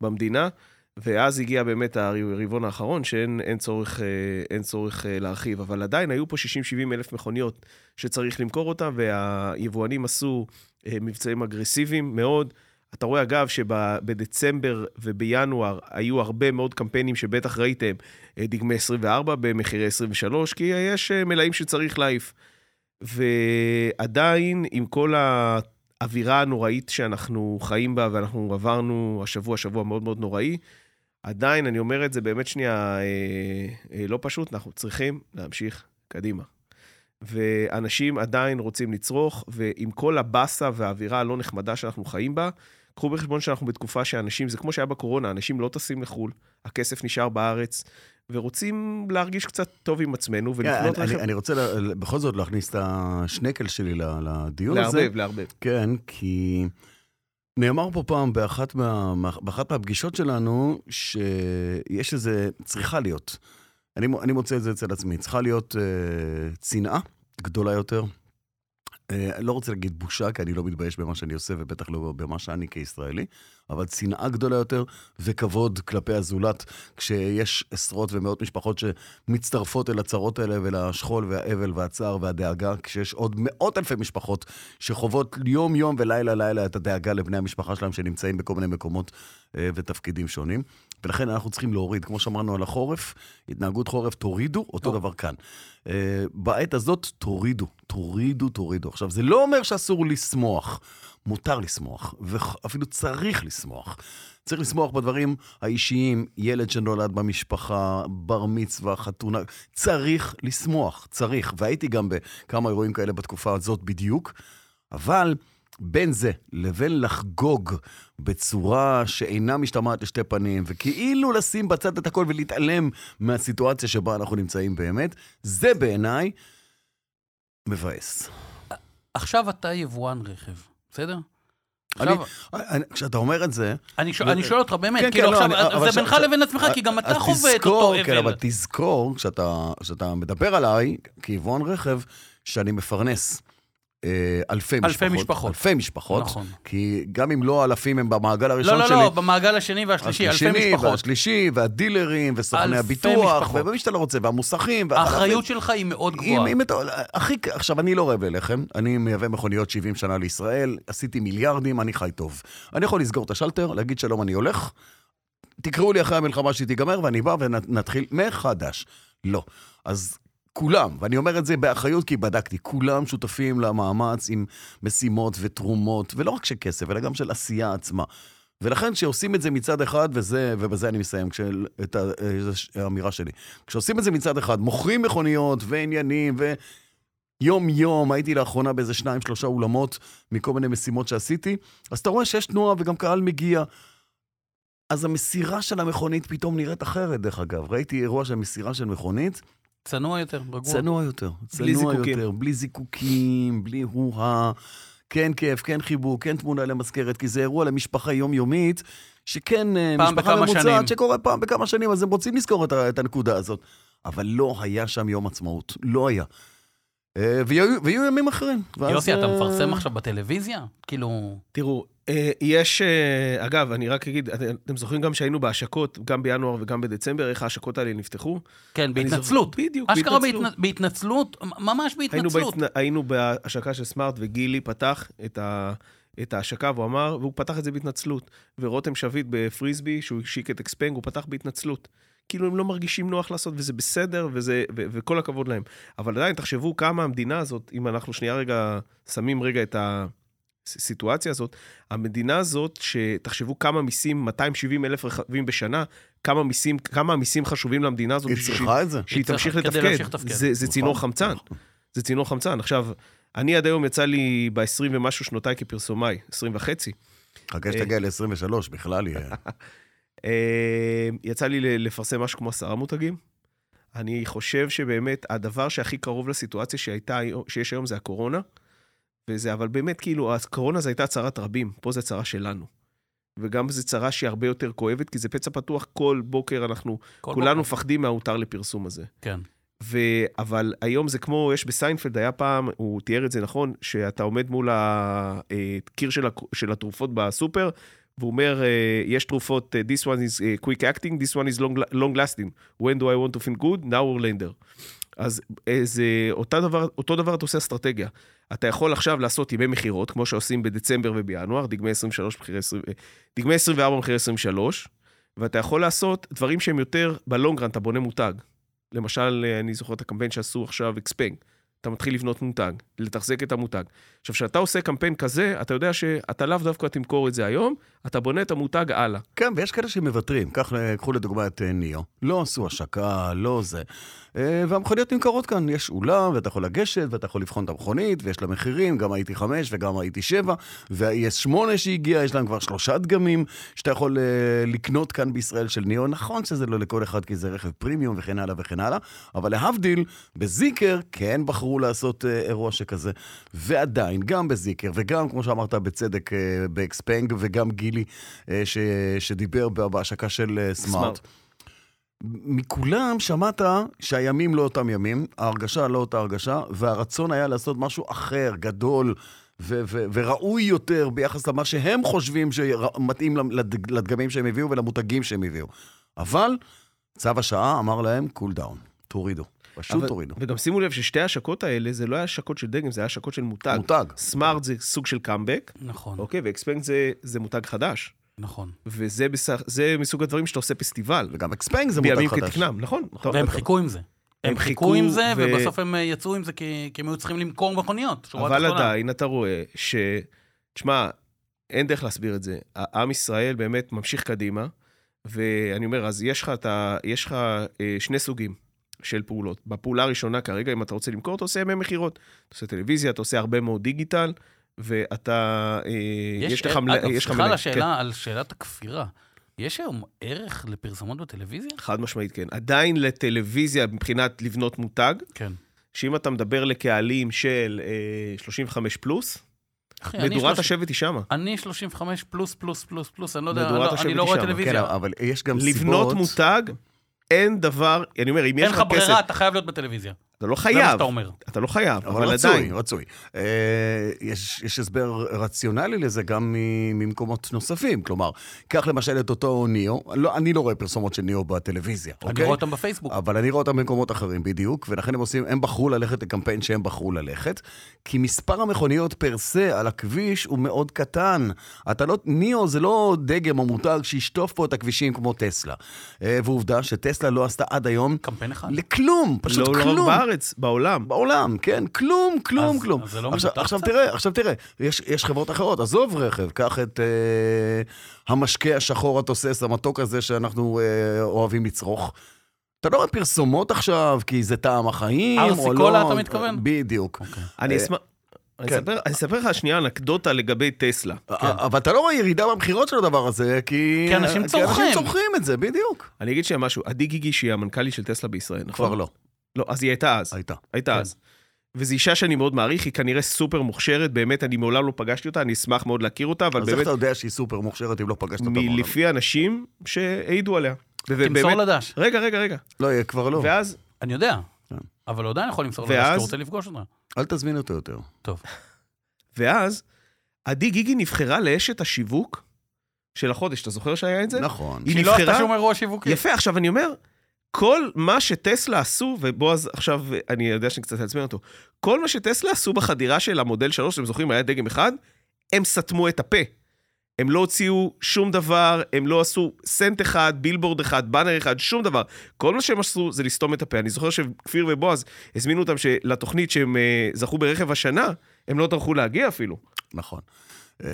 במדינה, ואז הגיע באמת הרבעון האחרון, שאין אין צורך, אה, אין צורך אה, להרחיב, אבל עדיין היו פה 60-70 אלף מכוניות שצריך למכור אותן, והיבואנים עשו אה, מבצעים אגרסיביים מאוד. אתה רואה, אגב, שבדצמבר ובינואר היו הרבה מאוד קמפיינים שבטח ראיתם, אה, דגמי 24 במחירי 23, כי יש אה, מלאים שצריך להעיף. ועדיין, עם כל האווירה הנוראית שאנחנו חיים בה, ואנחנו עברנו השבוע, שבוע מאוד מאוד נוראי, עדיין, אני אומר את זה באמת שנייה, אה, אה, לא פשוט, אנחנו צריכים להמשיך קדימה. ואנשים עדיין רוצים לצרוך, ועם כל הבאסה והאווירה הלא נחמדה שאנחנו חיים בה, קחו בחשבון שאנחנו בתקופה שאנשים, זה כמו שהיה בקורונה, אנשים לא טסים לחו"ל, הכסף נשאר בארץ, ורוצים להרגיש קצת טוב עם עצמנו
כן,
ולקנות
אני,
רכב.
אני, אני רוצה לה- בכל זאת להכניס את השנקל שלי ל- לדיון הזה.
לערבב, לערבב.
כן, כי נאמר פה פעם באחת, מה, באחת מהפגישות שלנו, שיש איזה, צריכה להיות, אני, מו- אני מוצא את זה אצל עצמי, צריכה להיות אה, צנעה גדולה יותר. אה, אני לא רוצה להגיד בושה, כי אני לא מתבייש במה שאני עושה, ובטח לא במה שאני כישראלי, אבל צנעה גדולה יותר וכבוד כלפי הזולת, כשיש עשרות ומאות משפחות שמצטרפות אל הצרות האלה, ולשכול והאבל והצער והדאגה, כשיש עוד מאות אלפי משפחות שחוות יום-יום ולילה-לילה את הדאגה לבני המשפחה שלהם שנמצאים בכל מיני מקומות אה, ותפקידים שונים. ולכן אנחנו צריכים להוריד, כמו שאמרנו על החורף, התנהגות חורף תורידו, אותו דבר כאן. אה, בעת הזאת תורידו, תורידו, תורידו. עכשיו, זה לא אומר שאסור לשמוח, מותר לשמוח, ואפילו צריך לשמוח. צריך לשמוח בדברים האישיים, ילד שנולד במשפחה, בר מצווה, חתונה, צריך לשמוח, צריך. והייתי גם בכמה אירועים כאלה בתקופה הזאת בדיוק, אבל בין זה לבין לחגוג בצורה שאינה משתמעת לשתי פנים, וכאילו לשים בצד את הכל ולהתעלם מהסיטואציה שבה אנחנו נמצאים באמת, זה בעיניי מבאס.
עכשיו אתה יבואן רכב, בסדר?
אני,
עכשיו,
אני, אה, כשאתה אומר את זה,
אני שואל- אני שואל אותך
כן,
באמת,
כן,
כאילו
לא, אני-
עכשיו,
אבל ש-
זה בינך
ש-
לבין עצמך, כי גם
אה, אז
אתה חווה את
תזכור,
אותו
כן, אבל
אבל.
תזכור, כשאתה, כשאתה מדבר עליי, כיבואן רכב, שאני מפרנס אה, אלפי,
אלפי משפחות.
אלפי משפחות.
נכון.
כי גם אם לא אלפים הם במעגל הראשון
לא, לא,
שלי.
לא, במעגל השני והשלישי, אלפי
השני
משפחות.
והשלישי, והדילרים, וסוכני
אלפי
הביטוח,
משפחות.
ומי שאתה לא רוצה, והמוסכים.
האחריות שלך היא מאוד גבוהה.
אם, אם אתה, הכי, עכשיו, אני לא רעב ללחם, אני מייבא מכוניות 70 שנה לישראל, עשיתי מיליארדים, אני חי טוב. אני יכול לסגור את השלטר, להגיד שלום, אני הולך, תקראו לי אחרי המלחמה שהיא תיגמר, ואני בא ונתחיל מחדש. לא. אז כולם, ואני אומר את זה באחריות כי בדקתי, כולם שותפים למאמץ עם משימות ותרומות, ולא רק של כסף, אלא גם של עשייה עצמה. ולכן כשעושים את זה מצד אחד, וזה, ובזה אני מסיים, כשל, את ה- אה, ש- האמירה שלי, כשעושים את זה מצד אחד, מוכרים מכוניות ועניינים ו... יום-יום, הייתי לאחרונה באיזה שניים, שלושה אולמות מכל מיני משימות שעשיתי, אז אתה רואה שיש תנועה וגם קהל מגיע. אז המסירה של המכונית פתאום נראית אחרת, דרך אגב. ראיתי אירוע של מסירה של מכונית,
צנוע יותר, רגוע.
צנוע יותר.
בלי
צנוע
זיקוקים.
יותר, בלי זיקוקים, בלי הו-הא. כן כיף, כן חיבוק, כן תמונה למזכרת, כי זה אירוע למשפחה יומיומית, שכן אה,
פעם
משפחה
בכמה
ממוצעת,
שנים.
שקורה פעם בכמה שנים, אז הם רוצים לזכור את, ה- את הנקודה הזאת. אבל לא היה שם יום עצמאות, לא היה. אה, ויהיו, ויהיו ימים אחרים. ואז,
יוסי, אתה
אה,
מפרסם עכשיו בטלוויזיה? כאילו...
תראו, אה, יש, אה, אגב, אני רק אגיד, את- אתם זוכרים גם שהיינו בהשקות, גם בינואר וגם בדצמבר, איך ההשקות האלה נפתחו?
כן,
אני זוכר-
בהתנצלות.
בדיוק,
אשכרה
בהתנצלות.
בהתנ- בהתנצלות, ממש
היינו,
בהתנצלות.
בהתנ... היינו בהשקה של סמארט, וגילי פתח את, ה... את ההשקה, והוא אמר, והוא פתח את זה בהתנצלות. ורותם שביט בפריסבי, שהוא השיק את אקספנג, הוא פתח בהתנצלות. כאילו הם לא מרגישים נוח לעשות, וזה בסדר, וזה, ו- וכל הכבוד להם. אבל עדיין, תחשבו כמה המדינה הזאת, אם אנחנו שנייה רגע, שמים רגע את הסיטואציה הזאת, המדינה הזאת, שתחשבו כמה מיסים, 270 אלף רכבים בשנה, כמה מיסים, כמה המיסים חשובים למדינה הזאת.
היא
בשביל-
צריכה את זה.
שהיא
היא
תמשיך
צריכה, כדי להמשיך
לתפקד.
לתפקד.
זה, זה צינור
נכון,
חמצן.
נכון.
זה צינור חמצן. עכשיו, אני עד היום יצא לי ב-20 ומשהו שנותיי כפרסומאי, 20 וחצי.
חכה שתגיע ל-23, בכלל יהיה.
אה, יצא לי ל- לפרסם משהו כמו עשרה מותגים. אני חושב שבאמת הדבר שהכי קרוב לסיטואציה שהייתה, היום- שיש היום זה הקורונה. וזה, אבל באמת, כאילו, הקורונה זו הייתה צרת רבים, פה זו צרה שלנו. וגם זו צרה שהיא הרבה יותר כואבת, כי זה פצע פתוח כל בוקר, אנחנו
כל
כולנו
מקום.
מפחדים מההותר לפרסום הזה.
כן.
ו... אבל היום זה כמו, יש בסיינפלד, היה פעם, הוא תיאר את זה נכון, שאתה עומד מול הקיר של, הק- של התרופות בסופר, והוא אומר, אה, יש תרופות, אה, this one is אה, quick acting, this one is long, long lasting. When do I want to feel good? Now or later. אז אה, זה אותו דבר, אותו דבר אתה עושה אסטרטגיה. אתה יכול עכשיו לעשות ימי מכירות, כמו שעושים בדצמבר ובינואר, דגמי 23, מחירי 20, אה, דגמי 24, מחירי 23, ואתה יכול לעשות דברים שהם יותר בלונגרנד, אתה בונה מותג. למשל, אה, אני זוכר את הקמפיין שעשו עכשיו, אקספנג. אתה מתחיל לבנות מותג, לתחזק את המותג. עכשיו, כשאתה עושה קמפיין כזה, אתה יודע שאתה לאו דווקא תמכור את זה היום, אתה בונה את המותג הלאה.
כן, ויש כאלה שמוותרים. קח, אה, קחו לדוגמה את אה, ניו. לא עשו השקה, לא זה. אה, והמכוניות נמכרות כאן. יש אולם, ואתה יכול לגשת, ואתה יכול לבחון את המכונית, ויש לה מחירים, גם ה-ET5 וגם ה-ET7, וה-ES8 שהגיע, יש להם כבר שלושה דגמים שאתה יכול אה, לקנות כאן בישראל של ניו. נכון שזה לא לכל אחד, כי זה רכב פרימיום וכן הלאה וכן הלאה, אבל להבדיל, בזיקר כן בחרו לעשות אה, אירוע שכזה. ועדיין, גם בזיקר, וגם, כמו שאמרת בצדק, אה, באקספנג, וגם גילי, אה, ש, שדיבר בה- בהשקה של אה, סמארט.
סמארט.
מכולם שמעת שהימים לא אותם ימים, ההרגשה לא אותה הרגשה, והרצון היה לעשות משהו אחר, גדול ו- ו- וראוי יותר ביחס למה שהם חושבים שמתאים לד- לדגמים שהם הביאו ולמותגים שהם הביאו. אבל צו השעה אמר להם, קול דאון, תורידו. פשוט
אבל-
תורידו.
וגם שימו לב ששתי ההשקות האלה, זה לא היה השקות של דגם, זה היה השקות של מותג.
מותג.
סמארט זה סוג של קאמבק,
נכון,
אוקיי, ואקספנט זה, זה מותג חדש.
נכון.
וזה בסך, זה מסוג הדברים שאתה עושה פסטיבל.
וגם אקספנג זה מותג
בימים
חדש.
כתקנם, נכון? נכון.
והם חיכו עם זה. הם חיכו עם זה,
ו-
ובסוף הם אה, יצאו עם זה כי כי הם היו צריכים למכור מכוניות. שורה
אבל
תחתונה.
עדיין אתה רואה ש... תשמע, אין דרך להסביר את זה. עם ישראל באמת ממשיך קדימה, ואני אומר, אז יש לך, את ה- יש לך אה, שני סוגים של פעולות. בפעולה הראשונה כרגע, אם אתה רוצה למכור, אתה עושה ימי מכירות. אתה עושה טלוויזיה, אתה עושה הרבה מאוד דיגיטל, ואתה... אה, יש לך... מלא-
אגב,
יש לך
סליחה
מלא-
על
כן,
השאלה, על שאלת הכפירה. יש היום ערך לפרסומות בטלוויזיה?
חד משמעית, כן. עדיין לטלוויזיה, מבחינת לבנות מותג,
כן.
שאם אתה מדבר לקהלים של אה, 35 פלוס,
אחי, כן, אני
מדורת
שלוש-
השבט היא שמה.
אני 35 פלוס פלוס פלוס פלוס, אני לא יודע,
מדורת
לא- אני
השבט
לא
היא
רואה
שם,
כן,
טלוויזיה.
אבל יש גם סיבות...
לבנות מותג, אין דבר, אני אומר, אם
אין
יש לך
לך
כסף,
ברירה, אתה חייב להיות בטלוויזיה.
אתה לא
זה מה
חייב,
שאתה אומר.
אתה לא חייב,
אבל
אבל
רצוי,
עדיין,
רצוי. אה, יש, יש הסבר רציונלי לזה גם מ- ממקומות נוספים. כלומר, קח למשל את אותו ניאו, לא, אני לא רואה פרסומות של ניאו בטלוויזיה,
אני
אוקיי?
רואה אותם בפייסבוק.
אבל אני רואה אותם במקומות אחרים בדיוק, ולכן הם עושים, הם בחרו ללכת לקמפיין שהם בחרו ללכת, כי מספר המכוניות פר סה על הכביש הוא מאוד קטן. אתה לא, ניאו זה לא דגם או מותג שישטוף פה את הכבישים כמו טסלה. אה, ועובדה שטסלה לא עשתה עד היום
קמפיין אחד.
לכלום, פשוט
לא לא
כלום.
רק בארץ, בעולם.
בעולם, כן, כלום, כלום,
אז-
כלום.
אז זה לא
עכשיו,
מבוטח
עכשיו
קצת?
תראה, עכשיו תראה, יש, יש חברות אחרות, עזוב רכב, קח את אה, המשקה השחור התוסס, המתוק הזה שאנחנו אה, אוהבים לצרוך. אתה לא רואה פרסומות עכשיו, כי זה טעם החיים, או לא...
ארסיקולה, אה, אתה מתכוון?
בדיוק.
אני אשמח... אני
אה, כן.
אספר- אני אספר לך שנייה אנקדוטה לגבי טסלה.
אבל אתה לא רואה ירידה במכירות של הדבר הזה, כי...
אוקיי. כי אנשים צורכים.
אנשים צורכים את זה, בדיוק.
אני אגיד שנייה משהו, עדי גיגי שהיא המנכ"לית של טסלה בישראל, נכון?
כבר לא, אה,
לא, אז היא הייתה אז,
הייתה.
הייתה
כן.
אז. וזו אישה שאני מאוד מעריך, היא כנראה סופר מוכשרת, באמת, אני מעולם לא פגשתי אותה, אני אשמח מאוד להכיר אותה, אבל
אז איך
באמת,
אתה יודע שהיא סופר מוכשרת אם לא פגשת אותה בעולם?
מלפי אנשים שהעידו עליה.
תמסור
ובאמת,
לדש.
רגע, רגע, רגע.
לא, היא כבר לא.
ואז,
אני יודע,
כן.
אבל הוא עדיין יכול למסור לדש,
ואז-
כי הוא רוצה לפגוש אותה.
אל תזמין אותו יותר.
טוב.
ואז, עדי גיגי נבחרה לאשת השיווק של החודש, אתה זוכר שהיה את זה?
נכון.
היא
כי לא עשתה
נבחרה-
שום אירוע שיווקי.
יפה, עכשיו אני אומר, כל מה שטסלה עשו, ובועז עכשיו, אני יודע שאני קצת אעצבן אותו, כל מה שטסלה עשו בחדירה של המודל 3, אתם זוכרים, היה דגם אחד, הם סתמו את הפה. הם לא הוציאו שום דבר, הם לא עשו סנט אחד, בילבורד אחד, באנר אחד, שום דבר. כל מה שהם עשו זה לסתום את הפה. אני זוכר שכפיר ובועז הזמינו אותם ש- לתוכנית שהם אה, זכו ברכב השנה, הם לא טרחו להגיע אפילו.
נכון.
זה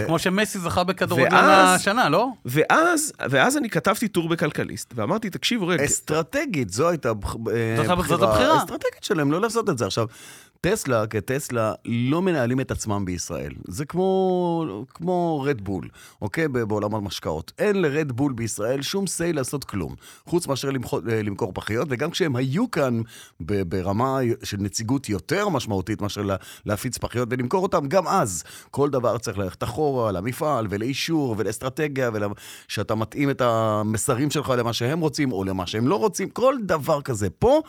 אה,
כמו שמסי זכה בכדורגלן
ואז-
השנה, לא?
ואז, ואז אני כתבתי טור בכלכליסט, ואמרתי, תקשיבו רגע,
אסטרטגית, זו הייתה בח- אה,
זאת הבחירה.
אסטרטגית שלהם, לא לעשות את זה. עכשיו, טסלה כטסלה לא מנהלים את עצמם בישראל. זה כמו, כמו רדבול, אוקיי? ב- בעולם המשקאות. אין לרדבול בישראל שום say לעשות כלום, חוץ מאשר למכור, למכור פחיות, וגם כשהם היו כאן ב- ברמה של נציגות יותר משמעותית מאשר לה- להפיץ פחיות ולמכור אותן, גם אז כל דבר צריך ללכת אחורה, למפעל ולאישור ולאסטרטגיה, ושאתה מתאים את המסרים שלך למה שהם רוצים או למה שהם לא רוצים, כל דבר כזה. פה...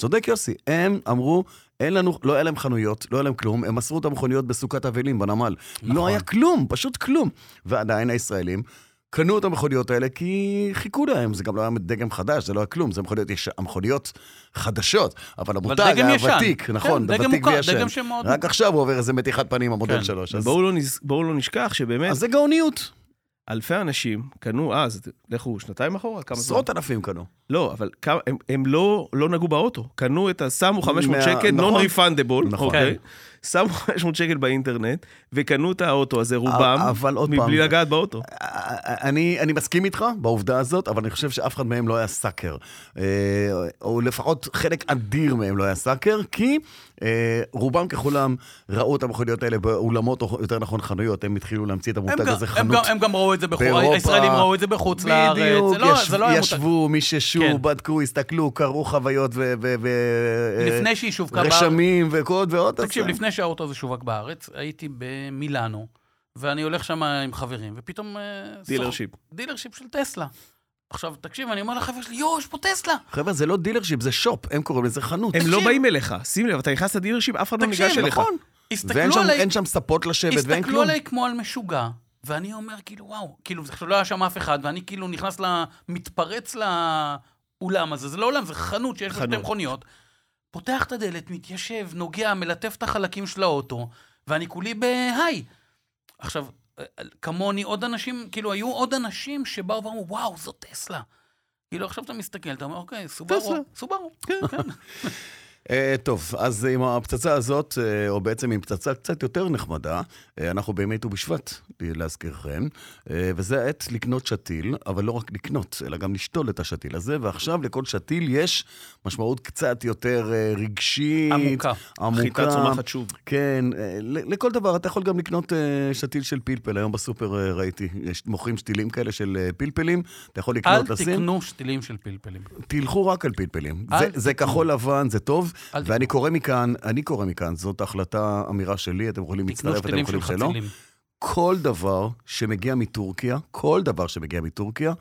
צודק יוסי, הם אמרו, אין לנו, לא היה להם חנויות, לא היה להם כלום, הם מסרו את המכוניות בסוכת אבלים בנמל. נכון. לא היה כלום, פשוט כלום. ועדיין הישראלים קנו את המכוניות האלה כי חיכו להם, זה גם לא היה דגם חדש, זה לא היה כלום, זה מכוניות, יש, המכוניות חדשות, אבל המותג
דגם
היה
ישן.
ותיק,
כן,
נכון,
דגם
ותיק
מוכר,
וישן.
דגם שמאוד-
רק עכשיו הוא עובר איזה מתיחת פנים, המודל
כן.
שלו. אז,
בואו לא, נז... בואו לא נשכח שבאמת,
אז זה גאוניות,
אלפי אנשים קנו אה, אז, לכו שנתיים אחורה, כמה זמן?
עשרות אלפים קנו.
לא, אבל כמה, הם, הם לא, לא נגעו באוטו, קנו את ה... שמו 500
מה-
שקל,
נכון.
נון ריפנדבול,
נכון.
אוקיי? שמו 500 שקל באינטרנט, וקנו את האוטו הזה, רובם,
אבל עוד פעם-
מבלי לגעת באוטו.
אני, אני מסכים איתך בעובדה הזאת, אבל אני חושב שאף אחד מהם לא היה סאקר. אה, או לפחות חלק אדיר מהם לא היה סאקר, כי אה, רובם ככולם ראו את המכוניות האלה באולמות, או יותר נכון חנויות. הם התחילו להמציא את
הם
המותג
גם-
הזה,
הם גם-
חנות.
הם גם ראו את זה בחוץ,
באירופה.
הישראלים ראו את זה בחוץ לארץ.
בדיוק,
זה לא-
יש-
זה לא היה מותג.
ישבו, מיששו,
כן.
בדקו, הסתכלו, קראו חוויות ו... ו, ו אה,
לפני שהיא שווקה בארץ.
רשמים וקוד ועוד.
תקשיב,
אז-
לפני שהאוטו הזה שווק בארץ, הייתי במילאנו, ואני הולך שם עם חברים, ופתאום... אה,
דילר שיפ.
סוח- דילרשיפ של טסלה. עכשיו, תקשיב, אני אומר לחבר'ה שלי, יואו, יש פה טסלה.
חבר'ה, זה לא דילרשיפ, זה שופ, הם קוראים לזה חנות.
הם לא
תקשיב.
באים אליך, שים לב, אתה נכנס לדילרשיפ, אף אחד לא
תקשיב,
ניגש אליך.
נכון. ואין
הסתכלו
שם,
עליי,
אין שם ספות לשבת ואין
הסתכלו
כלום.
עליי כמו על משוגע, ואני אומר, כאילו, וואו, כאילו, זה- עכשיו לא היה שם אף אחד, ואני כאילו נכנס ל... מתפרץ לאולם הזה, זה לא אולם, זה חנות שיש לה שתי
חנות.
מכוניות. פותח את הדלת, מתיישב, נוגע, מלטף את החלקים של האוטו, ואני כולי בהיי. עכשיו, כמוני עוד אנשים, כאילו, היו עוד אנשים שבאו ואמרו, וואו, זו טסלה. כאילו, עכשיו אתה מסתכל, אתה אומר, אוקיי, סובארו,
טסלה.
סובארו. כן, כן.
אה, טוב, אז עם הפצצה הזאת, אה, או בעצם עם פצצה קצת יותר נחמדה, אה, אנחנו באמת ובשבט, להזכירכם, אה, וזה העת לקנות שתיל, אבל לא רק לקנות, אלא גם לשתול את השתיל הזה, ועכשיו לכל שתיל יש משמעות קצת יותר אה, רגשית.
עמוקה.
עמוקה.
חיטה צומחת שוב.
כן, אה, ל- לכל דבר, אתה יכול גם לקנות אה, שתיל של פלפל, היום בסופר אה, ראיתי, יש- מוכרים שתילים כאלה של אה, פלפלים, אתה יכול
אל
לקנות, לשים.
תקנו שתילים של פלפלים.
תלכו רק על פלפלים.
אל
זה,
תקנו.
זה כחול לבן, זה טוב.
אל
ואני קורא מכאן, אני קורא מכאן, זאת החלטה, אמירה שלי, אתם יכולים
תקנו
להצטרף, אתם
שתילים של
יכולים שלא.
חצילים.
כל דבר שמגיע מטורקיה, כל דבר שמגיע מטורקיה,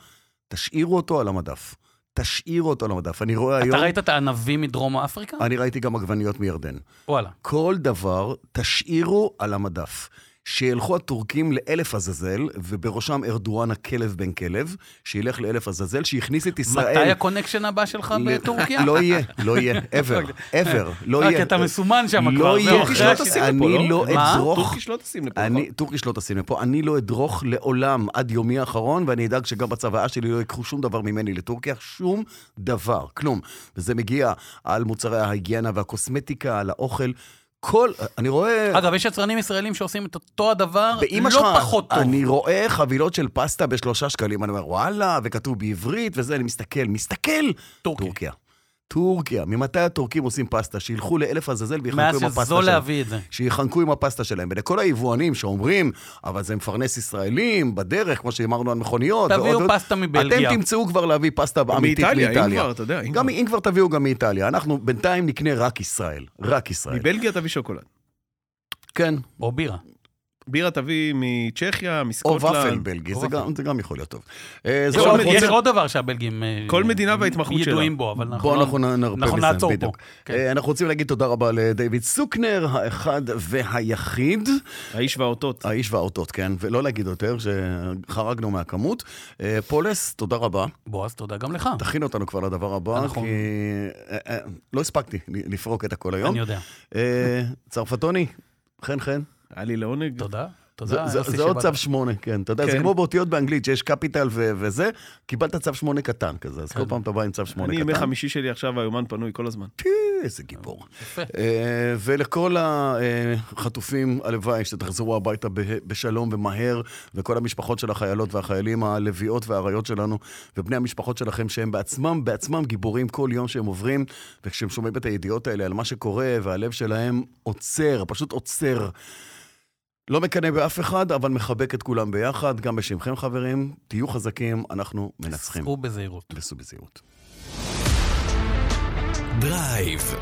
תשאירו אותו על המדף. תשאירו אותו על המדף. אני רואה היום, אה,
אתה ראית את הענבים מדרום אפריקה?
אני ראיתי גם עגבניות מירדן.
וואלה.
כל דבר תשאירו על המדף. שילכו הטורקים לאלף עזאזל, ובראשם ארדואן הכלב בן כלב, שילך לאלף עזאזל, שהכניס את ישראל...
מתי הקונקשן הבא שלך בטורקיה?
לא יהיה, לא יהיה, ever, ever, לא
אה,
יהיה.
כי אתה מסומן שם כבר.
לא
זהו,
יהיה,
אחרי
טורקיש לא
הש-
תשים לפה,
אני
לא?
לא
מה?
אדרוך.
טורקיש לא תשים לפה.
אני, טורקיש לא תשים לפה, אני לא אדרוך לעולם עד יומי האחרון, ואני אדאג שגם בצוואה שלי לא ייקחו שום דבר ממני לטורקיה, שום דבר, כלום. וזה מגיע על מוצרי ההיגיינה והקוסמטיקה, על האוכל, כל, אני רואה...
אגב, יש יצרנים ישראלים שעושים את אותו הדבר,
באמא
לא פחות טוב.
אני רואה חבילות של פסטה בשלושה שקלים, אני אומר, וואלה, וכתוב בעברית וזה, אני מסתכל, מסתכל.
טורקיה.
טורקיה. טורקיה. ממתי הטורקים עושים פסטה? שילכו לאלף עזאזל
מאז
ויחנקו עם הפסטה
שזו
שלהם.
להביא את זה.
שיחנקו עם הפסטה שלהם. ולכל היבואנים שאומרים, אבל זה מפרנס ישראלים בדרך, כמו שאמרנו על מכוניות.
תביאו
ועוד-
פסטה מבלגיה.
אתם תמצאו כבר להביא פסטה אמיתית מאיטליה.
נכון? מאיטליה, אם כבר, אתה יודע, אם
גם
כבר.
אם כבר תביאו גם מאיטליה. אנחנו בינתיים נקנה רק ישראל. רק ישראל.
מבלגיה תביא שוקולד.
כן.
או בירה.
בירה תביא מצ'כיה,
או
מסקוטלנד.
ופל בלגי, זה
או ופל.
גם- זה גם יכול להיות טוב. אה,
יש
זהו,
עוד-
אנחנו
יש
רוצים-
עוד דבר שהבלגים... אה,
כל מדינה וההתמחות שלה.
ידועים בו, אבל אנחנו
בואו
לא-
אנחנו נ- נרפה מזה,
אנחנו נעצור פה.
בדיוק.
כן.
אה, אנחנו רוצים להגיד תודה רבה לדייוויד סוקנר, האחד והיחיד,
האיש והאותות.
האיש והאותות, כן, ולא להגיד יותר, שחרגנו מהכמות. אה, פולס, תודה רבה.
בועז, תודה גם לך.
תכין אותנו כבר לדבר הבא,
נכון.
כי אה, אה, לא הספקתי ל- לפרוק את הכל היום.
אני יודע.
אה, צרפתוני, חן חן.
היה לי לעונג.
תודה.
זה-
תודה,
זה
יוסי
זה עוד
שבאת.
צו שמונה, כן, אתה יודע, זה
כן.
כמו באותיות באנגלית, שיש קפיטל ו- וזה, קיבלת צו שמונה קטן כזה, אז כל
כן.
פעם אתה בא עם צו שמונה
אני
קטן.
ימי חמישי שלי עכשיו, היומן פנוי כל הזמן.
פי, איזה גיבור. אה, ולכל החטופים, הלוואי שתחזרו הביתה ב- בשלום ומהר, וכל המשפחות של החיילות והחיילים הלביאות והאריות שלנו, ובני המשפחות שלכם, שהם בעצמם, בעצמם גיבורים כל יום שהם עוברים, וכשהם שומעים את הידיעות האלה על מה שקורה, והלב שלהם עוצר, פשוט עוצר. לא מקנא באף אחד, אבל מחבק את כולם ביחד, גם בשמכם חברים, תהיו חזקים, אנחנו מנצחים.
סעו בזהירות.
סעו בזהירות.
דרייב.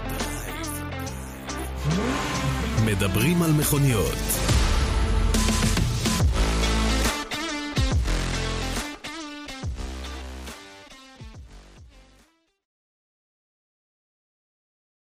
מדברים על מכוניות.